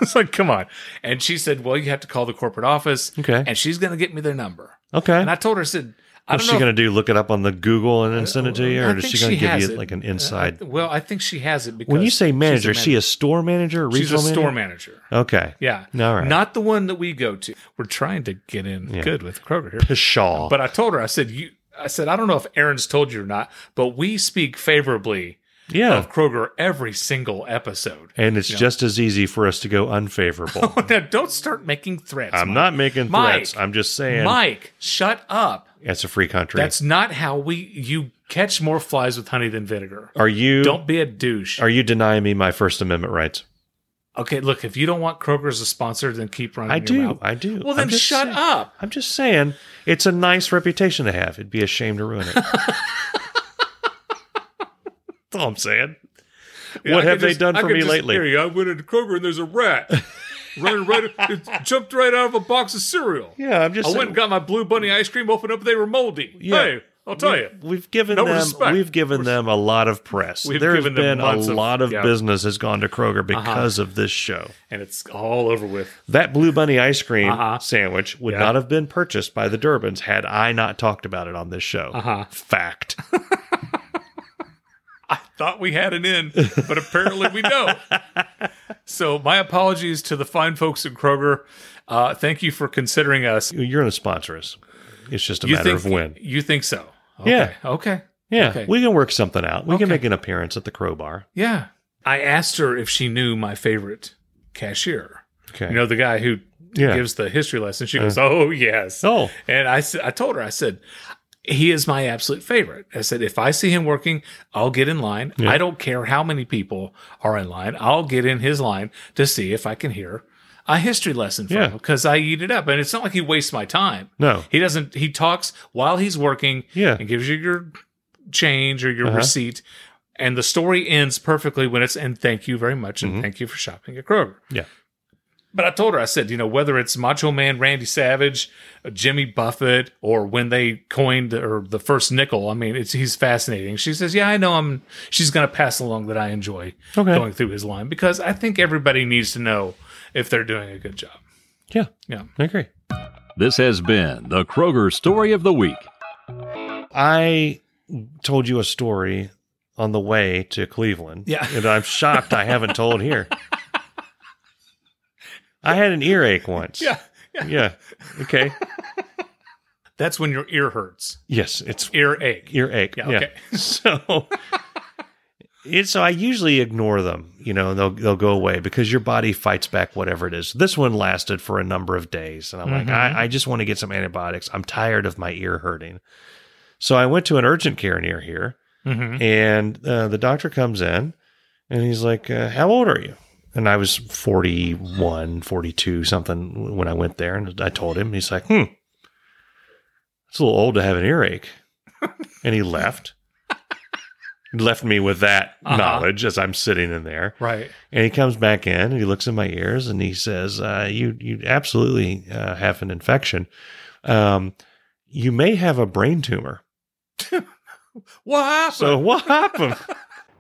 Speaker 1: it's like, come on. And she said, Well, you have to call the corporate office.
Speaker 2: Okay.
Speaker 1: And she's going to get me their number.
Speaker 2: Okay.
Speaker 1: And I told her, I said, I don't
Speaker 2: What's she
Speaker 1: know. if-
Speaker 2: going to do? Look it up on the Google and then send it to you,
Speaker 1: I
Speaker 2: or is
Speaker 1: think
Speaker 2: she going to give
Speaker 1: has
Speaker 2: you
Speaker 1: it.
Speaker 2: like an
Speaker 1: Uh, I-
Speaker 2: inside?
Speaker 1: well, I think she has it because
Speaker 2: when you say
Speaker 1: she's a
Speaker 2: manager, is she a store manager? Or
Speaker 1: she's
Speaker 2: regional
Speaker 1: a store manager.
Speaker 2: Okay.
Speaker 1: Yeah,
Speaker 2: All right.
Speaker 1: not the one that we go to. We're trying to get in
Speaker 2: Yeah.
Speaker 1: good with Kroger here.
Speaker 2: Pshaw.
Speaker 1: But I told her, I said, you, I said, I don't know if Aaron's told you or not, but we speak favorably
Speaker 2: yeah.
Speaker 1: of Kroger every single episode.
Speaker 2: and it's just as easy for us to go unfavorable.
Speaker 1: Now, don't start making threats.
Speaker 2: I'm not making
Speaker 1: Mike.
Speaker 2: threats. I'm just saying
Speaker 1: Mike. Shut up.
Speaker 2: it's a free country.
Speaker 1: That's not how we. You catch more flies with honey than vinegar.
Speaker 2: are you
Speaker 1: Don't be a douche.
Speaker 2: are you denying me my First Amendment rights?
Speaker 1: Okay, look, if you don't want Kroger as a sponsor, then keep running.
Speaker 2: I
Speaker 1: your
Speaker 2: do.
Speaker 1: mouth.
Speaker 2: I do.
Speaker 1: Well,
Speaker 2: I'm
Speaker 1: then
Speaker 2: just
Speaker 1: shut
Speaker 2: saying-
Speaker 1: up.
Speaker 2: I'm just saying it's a nice reputation to have. It'd be a shame to ruin it. That's all I'm saying.
Speaker 1: Yeah,
Speaker 2: what
Speaker 1: I
Speaker 2: have
Speaker 1: could
Speaker 2: they
Speaker 1: just-
Speaker 2: done
Speaker 1: I
Speaker 2: for
Speaker 1: could
Speaker 2: me
Speaker 1: just-
Speaker 2: lately?
Speaker 1: Here, I went into Kroger and there's a rat running right, it jumped right out of a box of cereal.
Speaker 2: Yeah, I'm just
Speaker 1: I went
Speaker 2: saying.
Speaker 1: and got my Blue Bunny ice cream, opened up, they were moldy.
Speaker 2: Yeah.
Speaker 1: Hey, I'll tell you.
Speaker 2: We've given
Speaker 1: No
Speaker 2: them
Speaker 1: respect.
Speaker 2: we've given them a lot of press.
Speaker 1: We've
Speaker 2: There has
Speaker 1: given them
Speaker 2: been a
Speaker 1: lots of-
Speaker 2: lot of
Speaker 1: yeah. Uh-huh.
Speaker 2: business has gone to Kroger because of this show.
Speaker 1: And it's all over with.
Speaker 2: That Blue Bunny ice cream
Speaker 1: Uh-huh.
Speaker 2: sandwich would
Speaker 1: Yeah.
Speaker 2: not have been purchased by the Durbins had I not talked about it on this show.
Speaker 1: Uh-huh.
Speaker 2: Fact.
Speaker 1: I thought we had an in, but apparently we don't. So my apologies to the fine folks at Kroger. Uh, thank you for considering us.
Speaker 2: You're going to sponsor us. It's just a
Speaker 1: you
Speaker 2: matter
Speaker 1: think
Speaker 2: of when.
Speaker 1: You think so?
Speaker 2: Yeah.
Speaker 1: Okay. Okay.
Speaker 2: Yeah,
Speaker 1: Okay.
Speaker 2: we can work something out. We can
Speaker 1: Okay.
Speaker 2: make an appearance at the crowbar.
Speaker 1: Yeah. I asked her if she knew my favorite cashier.
Speaker 2: Okay.
Speaker 1: You know, the guy who
Speaker 2: Yeah. Uh.
Speaker 1: gives the history lesson. She goes, Oh, yes.
Speaker 2: Oh.
Speaker 1: And I, s- I told her, I said, he is my absolute favorite. I said, if I see him working, I'll get in line. I don't care how many people are in line. I'll get in his line to see if I can hear a history lesson from
Speaker 2: Yeah.
Speaker 1: him because I eat it up. And it's not like he wastes my time.
Speaker 2: No.
Speaker 1: He doesn't, he talks while he's working
Speaker 2: Yeah. Uh-huh.
Speaker 1: and gives you your change or your receipt. And the story ends perfectly when it's, and thank you very much.
Speaker 2: Mm-hmm.
Speaker 1: And thank you for shopping at Kroger.
Speaker 2: Yeah.
Speaker 1: But I told her, I said, you know, whether it's Macho Man Randy Savage, uh, Jimmy Buffett, or when they coined or the first nickel, I mean, it's he's fascinating. She says, yeah, I know. I'm. She's going to pass along that I enjoy
Speaker 2: Okay.
Speaker 1: going through his line because I think everybody needs to know if they're doing a good job.
Speaker 2: Yeah.
Speaker 1: Yeah.
Speaker 2: I agree.
Speaker 3: This has been the Kroger Story of the Week.
Speaker 2: I told you a story on the way to Cleveland.
Speaker 1: Yeah.
Speaker 2: And I'm shocked I haven't told here. I had an earache once.
Speaker 1: Yeah.
Speaker 2: Yeah. Okay.
Speaker 1: That's when your ear hurts,
Speaker 2: Yes, it's
Speaker 1: ear ache.
Speaker 2: earache.
Speaker 1: Yeah,
Speaker 2: Yeah.
Speaker 1: okay.
Speaker 2: So it's so I usually ignore them, you know, and they'll they'll go away because your body fights back whatever it is. This one lasted for a number of days, and I'm like,
Speaker 1: Mm-hmm.
Speaker 2: I, I just want to get some antibiotics. I'm tired of my ear hurting. So I went to an urgent care near here,
Speaker 1: Mhm.
Speaker 2: and uh, the doctor comes in and he's like, uh, How old are you? And I was 41, 42, something when I went there. And I told him, he's like, Hmm, it's a little old to have an earache. and he left. left me with that
Speaker 1: Uh-huh.
Speaker 2: knowledge as I'm sitting in there.
Speaker 1: Right.
Speaker 2: And he comes back in and he looks in my ears and he says, uh, "You you absolutely uh, have an infection. Um, you may have a brain tumor."
Speaker 1: What happened?
Speaker 2: So what happened?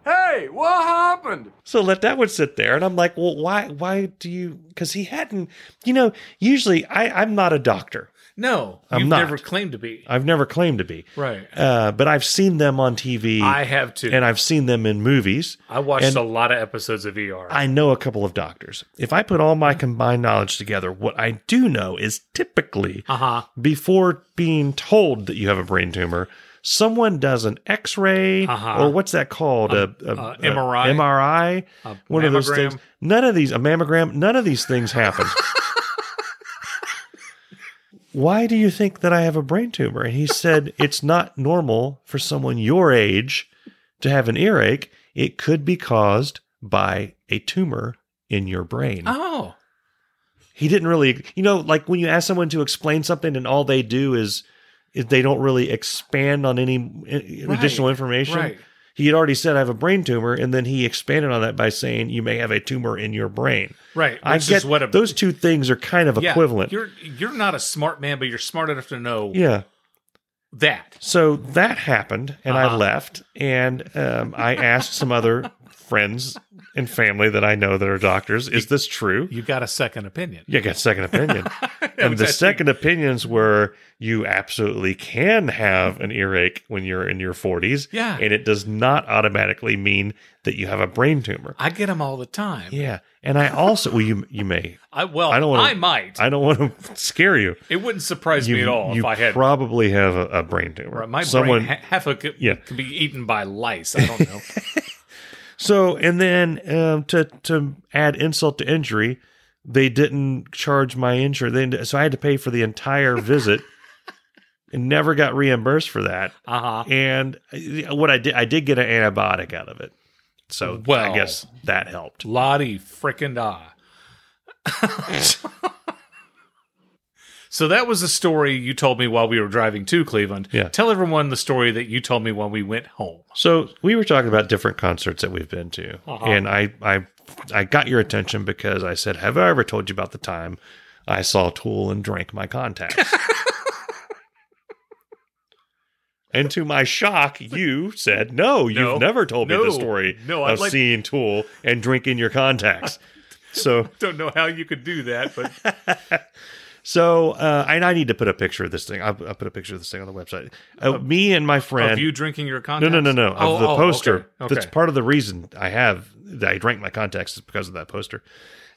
Speaker 6: Hey, what happened?
Speaker 2: So let that one sit there, and I'm like, well, why? Why do you? Because he hadn't. You know, usually I, I'm not a doctor.
Speaker 1: no,
Speaker 2: I'm
Speaker 1: you've
Speaker 2: not.
Speaker 1: never claimed to be.
Speaker 2: I've never claimed to be,
Speaker 1: Right.
Speaker 2: uh, but I've seen them on TV,
Speaker 1: I have too.
Speaker 2: and I've seen them in movies.
Speaker 1: I watched
Speaker 2: and-
Speaker 1: a lot of episodes of ER.
Speaker 2: I know a couple of doctors. If I put all my combined knowledge together, what I do know is typically
Speaker 1: uh huh.
Speaker 2: before being told that you have a brain tumor, someone does an X ray
Speaker 1: Uh-huh. Uh,
Speaker 2: or what's that called? A, a,
Speaker 1: a
Speaker 2: a
Speaker 1: MRI?
Speaker 2: MRI.
Speaker 1: A
Speaker 2: one of those
Speaker 1: mammogram?
Speaker 2: things. None of these, a mammogram, none of these things happen. Why do you think that I have a brain tumor? And he said, It's not normal for someone your age to have an earache. It could be caused by a tumor in your brain.
Speaker 1: Oh.
Speaker 2: He didn't really, you know, like when you ask someone to explain something and all they do is, is they don't really expand on any uh,
Speaker 1: Right,
Speaker 2: additional information.
Speaker 1: Right.
Speaker 2: He had already said I have a brain tumor, and then he expanded on that by saying you may have a tumor in your brain.
Speaker 1: Right. Which
Speaker 2: I get
Speaker 1: is what a,
Speaker 2: those two things are kind of
Speaker 1: yeah,
Speaker 2: equivalent.
Speaker 1: You're you're not a smart man, but you're smart enough to know
Speaker 2: Yeah.
Speaker 1: that.
Speaker 2: So that happened, and I
Speaker 1: Uh-huh.
Speaker 2: left, and um, I asked some other friends and family that I know that are doctors, "Is this true?"
Speaker 1: You got a second opinion.
Speaker 2: Yeah, I got second opinion. and
Speaker 1: was
Speaker 2: the
Speaker 1: actually-
Speaker 2: second opinions were you absolutely can have an earache when you're in your 40s.
Speaker 1: Yeah.
Speaker 2: And it does not automatically mean that you have a brain tumor.
Speaker 1: I get them all the time.
Speaker 2: Yeah, and I also well, you you may.
Speaker 1: I well, Oh, I,
Speaker 2: I don't wanna-
Speaker 1: might.
Speaker 2: I don't want to scare you.
Speaker 1: it wouldn't surprise
Speaker 2: you
Speaker 1: me at all
Speaker 2: you
Speaker 1: if I had
Speaker 2: probably have a, a brain tumor.
Speaker 1: my
Speaker 2: Someone.
Speaker 1: brain ha- half a could,
Speaker 2: Yeah.
Speaker 1: could be eaten by lice. I don't know.
Speaker 2: so and then um, to to add insult to injury, they didn't charge my insurance. They, so I had to pay for the entire visit. And never got reimbursed for that.
Speaker 1: Uh huh.
Speaker 2: And uh, what I did, I did get an antibiotic out of it. So
Speaker 1: Well.
Speaker 2: I guess that helped.
Speaker 1: Lottie frickin' da. so that was the story you told me while we were driving to Cleveland.
Speaker 2: Yeah.
Speaker 1: Tell everyone the story that you told me when we went home.
Speaker 2: So we were talking about different concerts that we've been to,
Speaker 1: Uh-huh.
Speaker 2: and I, I, I got your attention because I said, "Have I ever told you about the time I saw Tool and drank my contacts?" and to my shock, you said, "No, you've
Speaker 1: No.
Speaker 2: never told me
Speaker 1: No.
Speaker 2: the story
Speaker 1: No, I'd
Speaker 2: of
Speaker 1: like-
Speaker 2: seeing Tool and drinking your contacts." so
Speaker 1: Don't know how you could do that, but
Speaker 2: so, uh, and I need to put a picture of this thing. I'll, I'll put a picture of this thing on the website. Uh, me and my friend.
Speaker 1: of you drinking your
Speaker 2: No,
Speaker 1: contacts?
Speaker 2: no, no, no. Of
Speaker 1: Oh,
Speaker 2: the
Speaker 1: oh,
Speaker 2: poster.
Speaker 1: Okay.
Speaker 2: That's
Speaker 1: okay.
Speaker 2: part of the reason I have that I drank my contacts is because of that poster.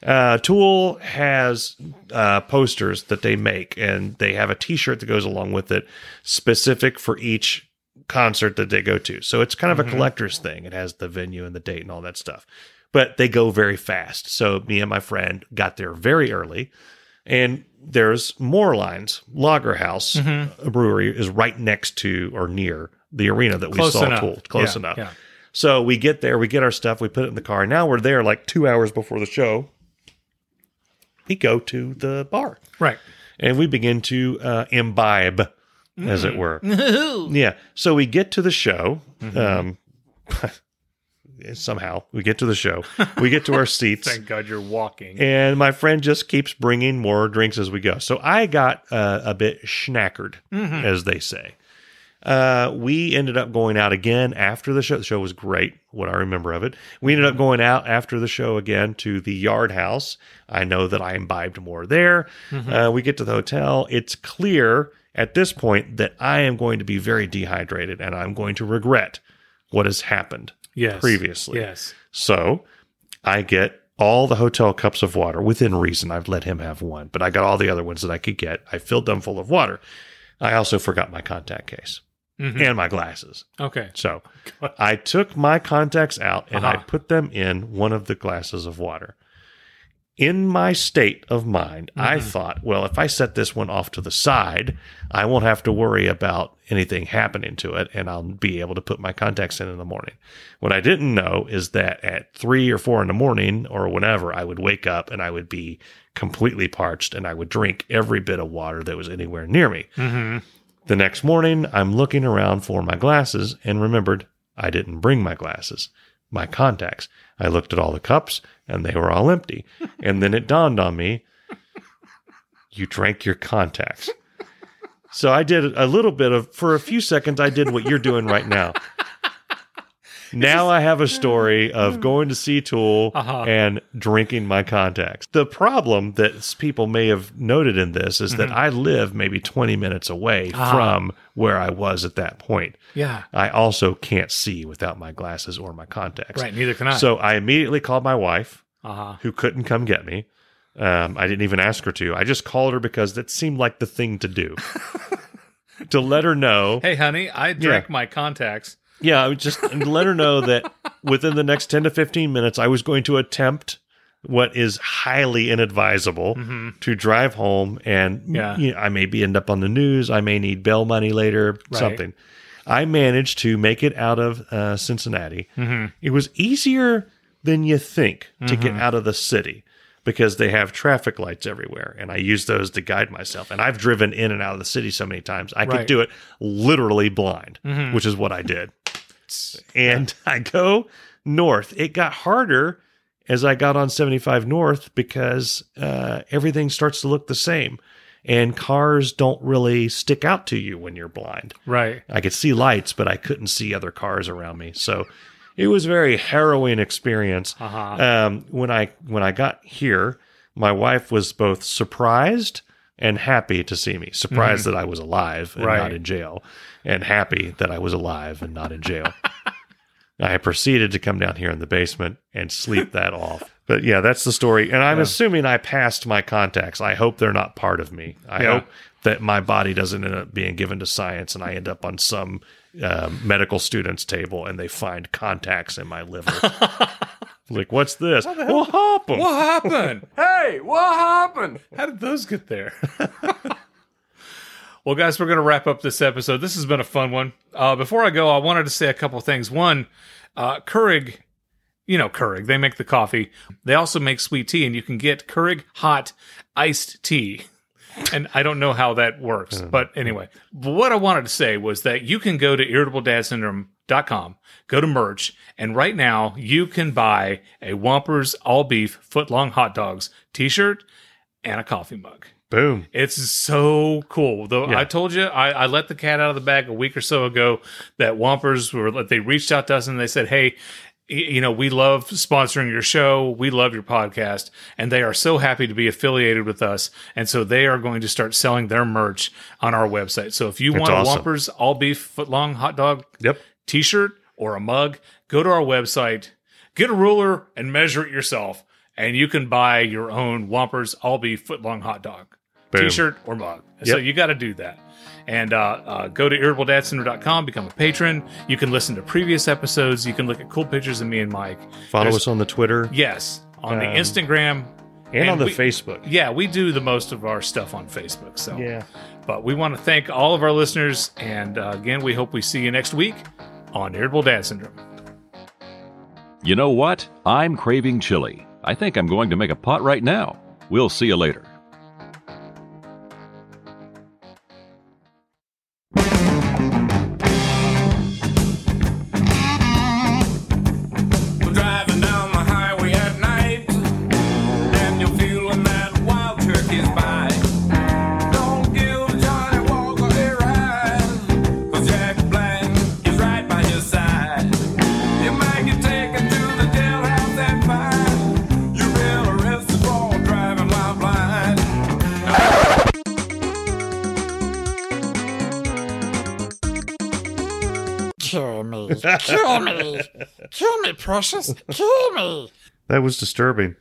Speaker 2: Uh, Tool has uh, posters that they make, and they have a T-shirt that goes along with it, specific for each
Speaker 1: Mm-hmm.
Speaker 2: concert that they go to. So it's kind of a collector's thing. It has the venue and the date and all that stuff. but they go very fast. So me and my friend got there very early, and there's more lines. Lager House
Speaker 1: Mm-hmm.
Speaker 2: a Brewery is right next to or near the arena that
Speaker 1: Close
Speaker 2: we saw
Speaker 1: enough.
Speaker 2: tool. Close
Speaker 1: Yeah,
Speaker 2: enough.
Speaker 1: yeah.
Speaker 2: So we get there, we get our stuff, we put it in the car. Now we're there like two hours before the show. We go to the bar
Speaker 1: Right.
Speaker 2: and we begin to uh, imbibe, as
Speaker 1: Mm.
Speaker 2: it were. yeah. So we get to the show.
Speaker 1: Mm-hmm.
Speaker 2: Um, somehow we get to the show. We get to our seats,
Speaker 1: Thank God you're walking.
Speaker 2: and my friend just keeps bringing more drinks as we go. So I got uh, a bit schnackered, as they say. Uh, we ended up going out again after the show. The show was great, what I remember of it. We ended up going out after the show again to the Yard House. I know that I imbibed more there. Uh, we get to the hotel. It's clear at this point that I am going to be very dehydrated and I'm going to regret what has happened
Speaker 1: yes.
Speaker 2: previously.
Speaker 1: Yes.
Speaker 2: so I get all the hotel cups of water within reason. I've let him have one, but I got all the other ones that I could get. I filled them full of water. I also forgot my contact case and my glasses.
Speaker 1: Okay.
Speaker 2: So I took my contacts out and I
Speaker 1: Uh-huh.
Speaker 2: put them in one of the glasses of water. In my state of mind, I
Speaker 1: Mm-hmm.
Speaker 2: thought, well, if I set this one off to the side, I won't have to worry about anything happening to it and I'll be able to put my contacts in in the morning. What I didn't know is that at three or four in the morning or whenever, I would wake up and I would be completely parched and I would drink every bit of water that was anywhere near me. The next morning, I'm looking around for my glasses and remembered I didn't bring my glasses, my contacts. I looked at all the cups and they were all empty. And then it dawned on me you drank your contacts. So I did a little bit of, for a few seconds, I did what you're doing right now. Now I have a story of going to see Tool
Speaker 1: Hmm. Uh-huh.
Speaker 2: and drinking my contacts. The problem that s- people may have noted in this is
Speaker 1: Hmm.
Speaker 2: that I live maybe 20 minutes away
Speaker 1: Uh-huh.
Speaker 2: from where I was at that point.
Speaker 1: Yeah.
Speaker 2: I also can't see without my glasses or my contacts.
Speaker 1: Right. Neither can I.
Speaker 2: So I immediately called my wife,
Speaker 1: uh-huh.
Speaker 2: who couldn't come get me. Um, I didn't even ask her to. I just called her because that seemed like the thing to do. to let her know.
Speaker 1: Hey, honey, I drank my contacts.
Speaker 2: Yeah, I would just and let her know that within the next 10 to 15 minutes, I was going to attempt what is highly inadvisable to drive home. And
Speaker 1: Mm-hmm. Yeah.
Speaker 2: you know, I may be end up on the news. I may need bail money later,
Speaker 1: Right.
Speaker 2: something. I managed to make it out of uh, Cincinnati. It was easier than you think to get out of the city because they have traffic lights everywhere. And I use those to guide myself. And I've driven in and out of the city so many times. I
Speaker 1: Right.
Speaker 2: could do it literally blind, which is what I did and I go north. It got harder as I got on 75 north because uh, everything starts to look the same, and cars don't really stick out to you when you're blind.
Speaker 1: Right.
Speaker 2: I could see lights, but I couldn't see other cars around me. So it was a very harrowing experience.
Speaker 1: Uh-huh.
Speaker 2: Um, when I when I got here, my wife was both surprised and happy to see me. Surprised that I was alive and
Speaker 1: Mm-hmm. Right.
Speaker 2: not in jail, and happy that I was alive and not in jail. I proceeded to come down here in the basement and sleep that off. But yeah, that's the story. And I'm assuming I passed my contacts. I hope they're not part of me. I
Speaker 1: Yeah.
Speaker 2: hope that my body doesn't end up being given to science and I end up on some um, medical student's table and they find contacts in my liver. like, what's this? What happened?
Speaker 1: What happened?
Speaker 6: Hey, what happened?
Speaker 1: How did those get there? well, guys, we're going to wrap up this episode. This has been a fun one. Uh, before I go, I wanted to say a couple things. One, uh, Keurig, you know Keurig, they make the coffee. They also make sweet tea, and you can get Keurig hot iced tea. And I don't know how that works, but anyway. But what I wanted to say was that you can go to irritabledadsyndrome.com, go to merch, and right now you can buy a Whompers All Beef Foot Long Hot Dogs t shirt and a coffee mug.
Speaker 2: Boom.
Speaker 1: It's so cool. Though
Speaker 2: Yeah.
Speaker 1: I told you, I, I let the cat out of the bag a week or so ago. That Whompers were they reached out to us and they said, "Hey, y- you know, we love sponsoring your show. We love your podcast, and they are so happy to be affiliated with us. And so they are going to start selling their merch on our website. So if you want
Speaker 2: awesome.
Speaker 1: a Whompers all beef footlong hot dog
Speaker 2: Yep.
Speaker 1: T-shirt or a mug, go to our website, get a ruler, and measure it yourself, and you can buy your own Whompers all beef footlong hot dog.
Speaker 2: Boom.
Speaker 1: t-shirt or mug. So
Speaker 2: Yep.
Speaker 1: you got to do that. And uh, uh, go to irritabledadcenter.com, become a patron. You can listen to previous episodes. You can look at cool pictures of me and Mike.
Speaker 2: Follow
Speaker 1: There's-
Speaker 2: us on the Twitter
Speaker 1: Yes, on the
Speaker 2: Um,
Speaker 1: Instagram.
Speaker 2: and, on the
Speaker 1: we-
Speaker 2: Facebook.
Speaker 1: Yeah, we do the most of our stuff on Facebook. So,
Speaker 2: Yeah.
Speaker 1: but we want to thank all of our listeners. And uh, again, we hope we see you next week on Irritable Dad Syndrome.
Speaker 3: You know what? I'm craving chili. I think I'm going to make a pot right now. We'll see you later.
Speaker 7: Driving down the highway at night, and you're feeling that wild turkey's bite. Don't give Johnny Walker a ride, 'cause Jack Black is right by your side. You might get taken to the jailhouse and fined. You've been arrested for driving while blind.
Speaker 4: Kill me. Kill me. Kill me, precious. Kill me.
Speaker 2: That was disturbing.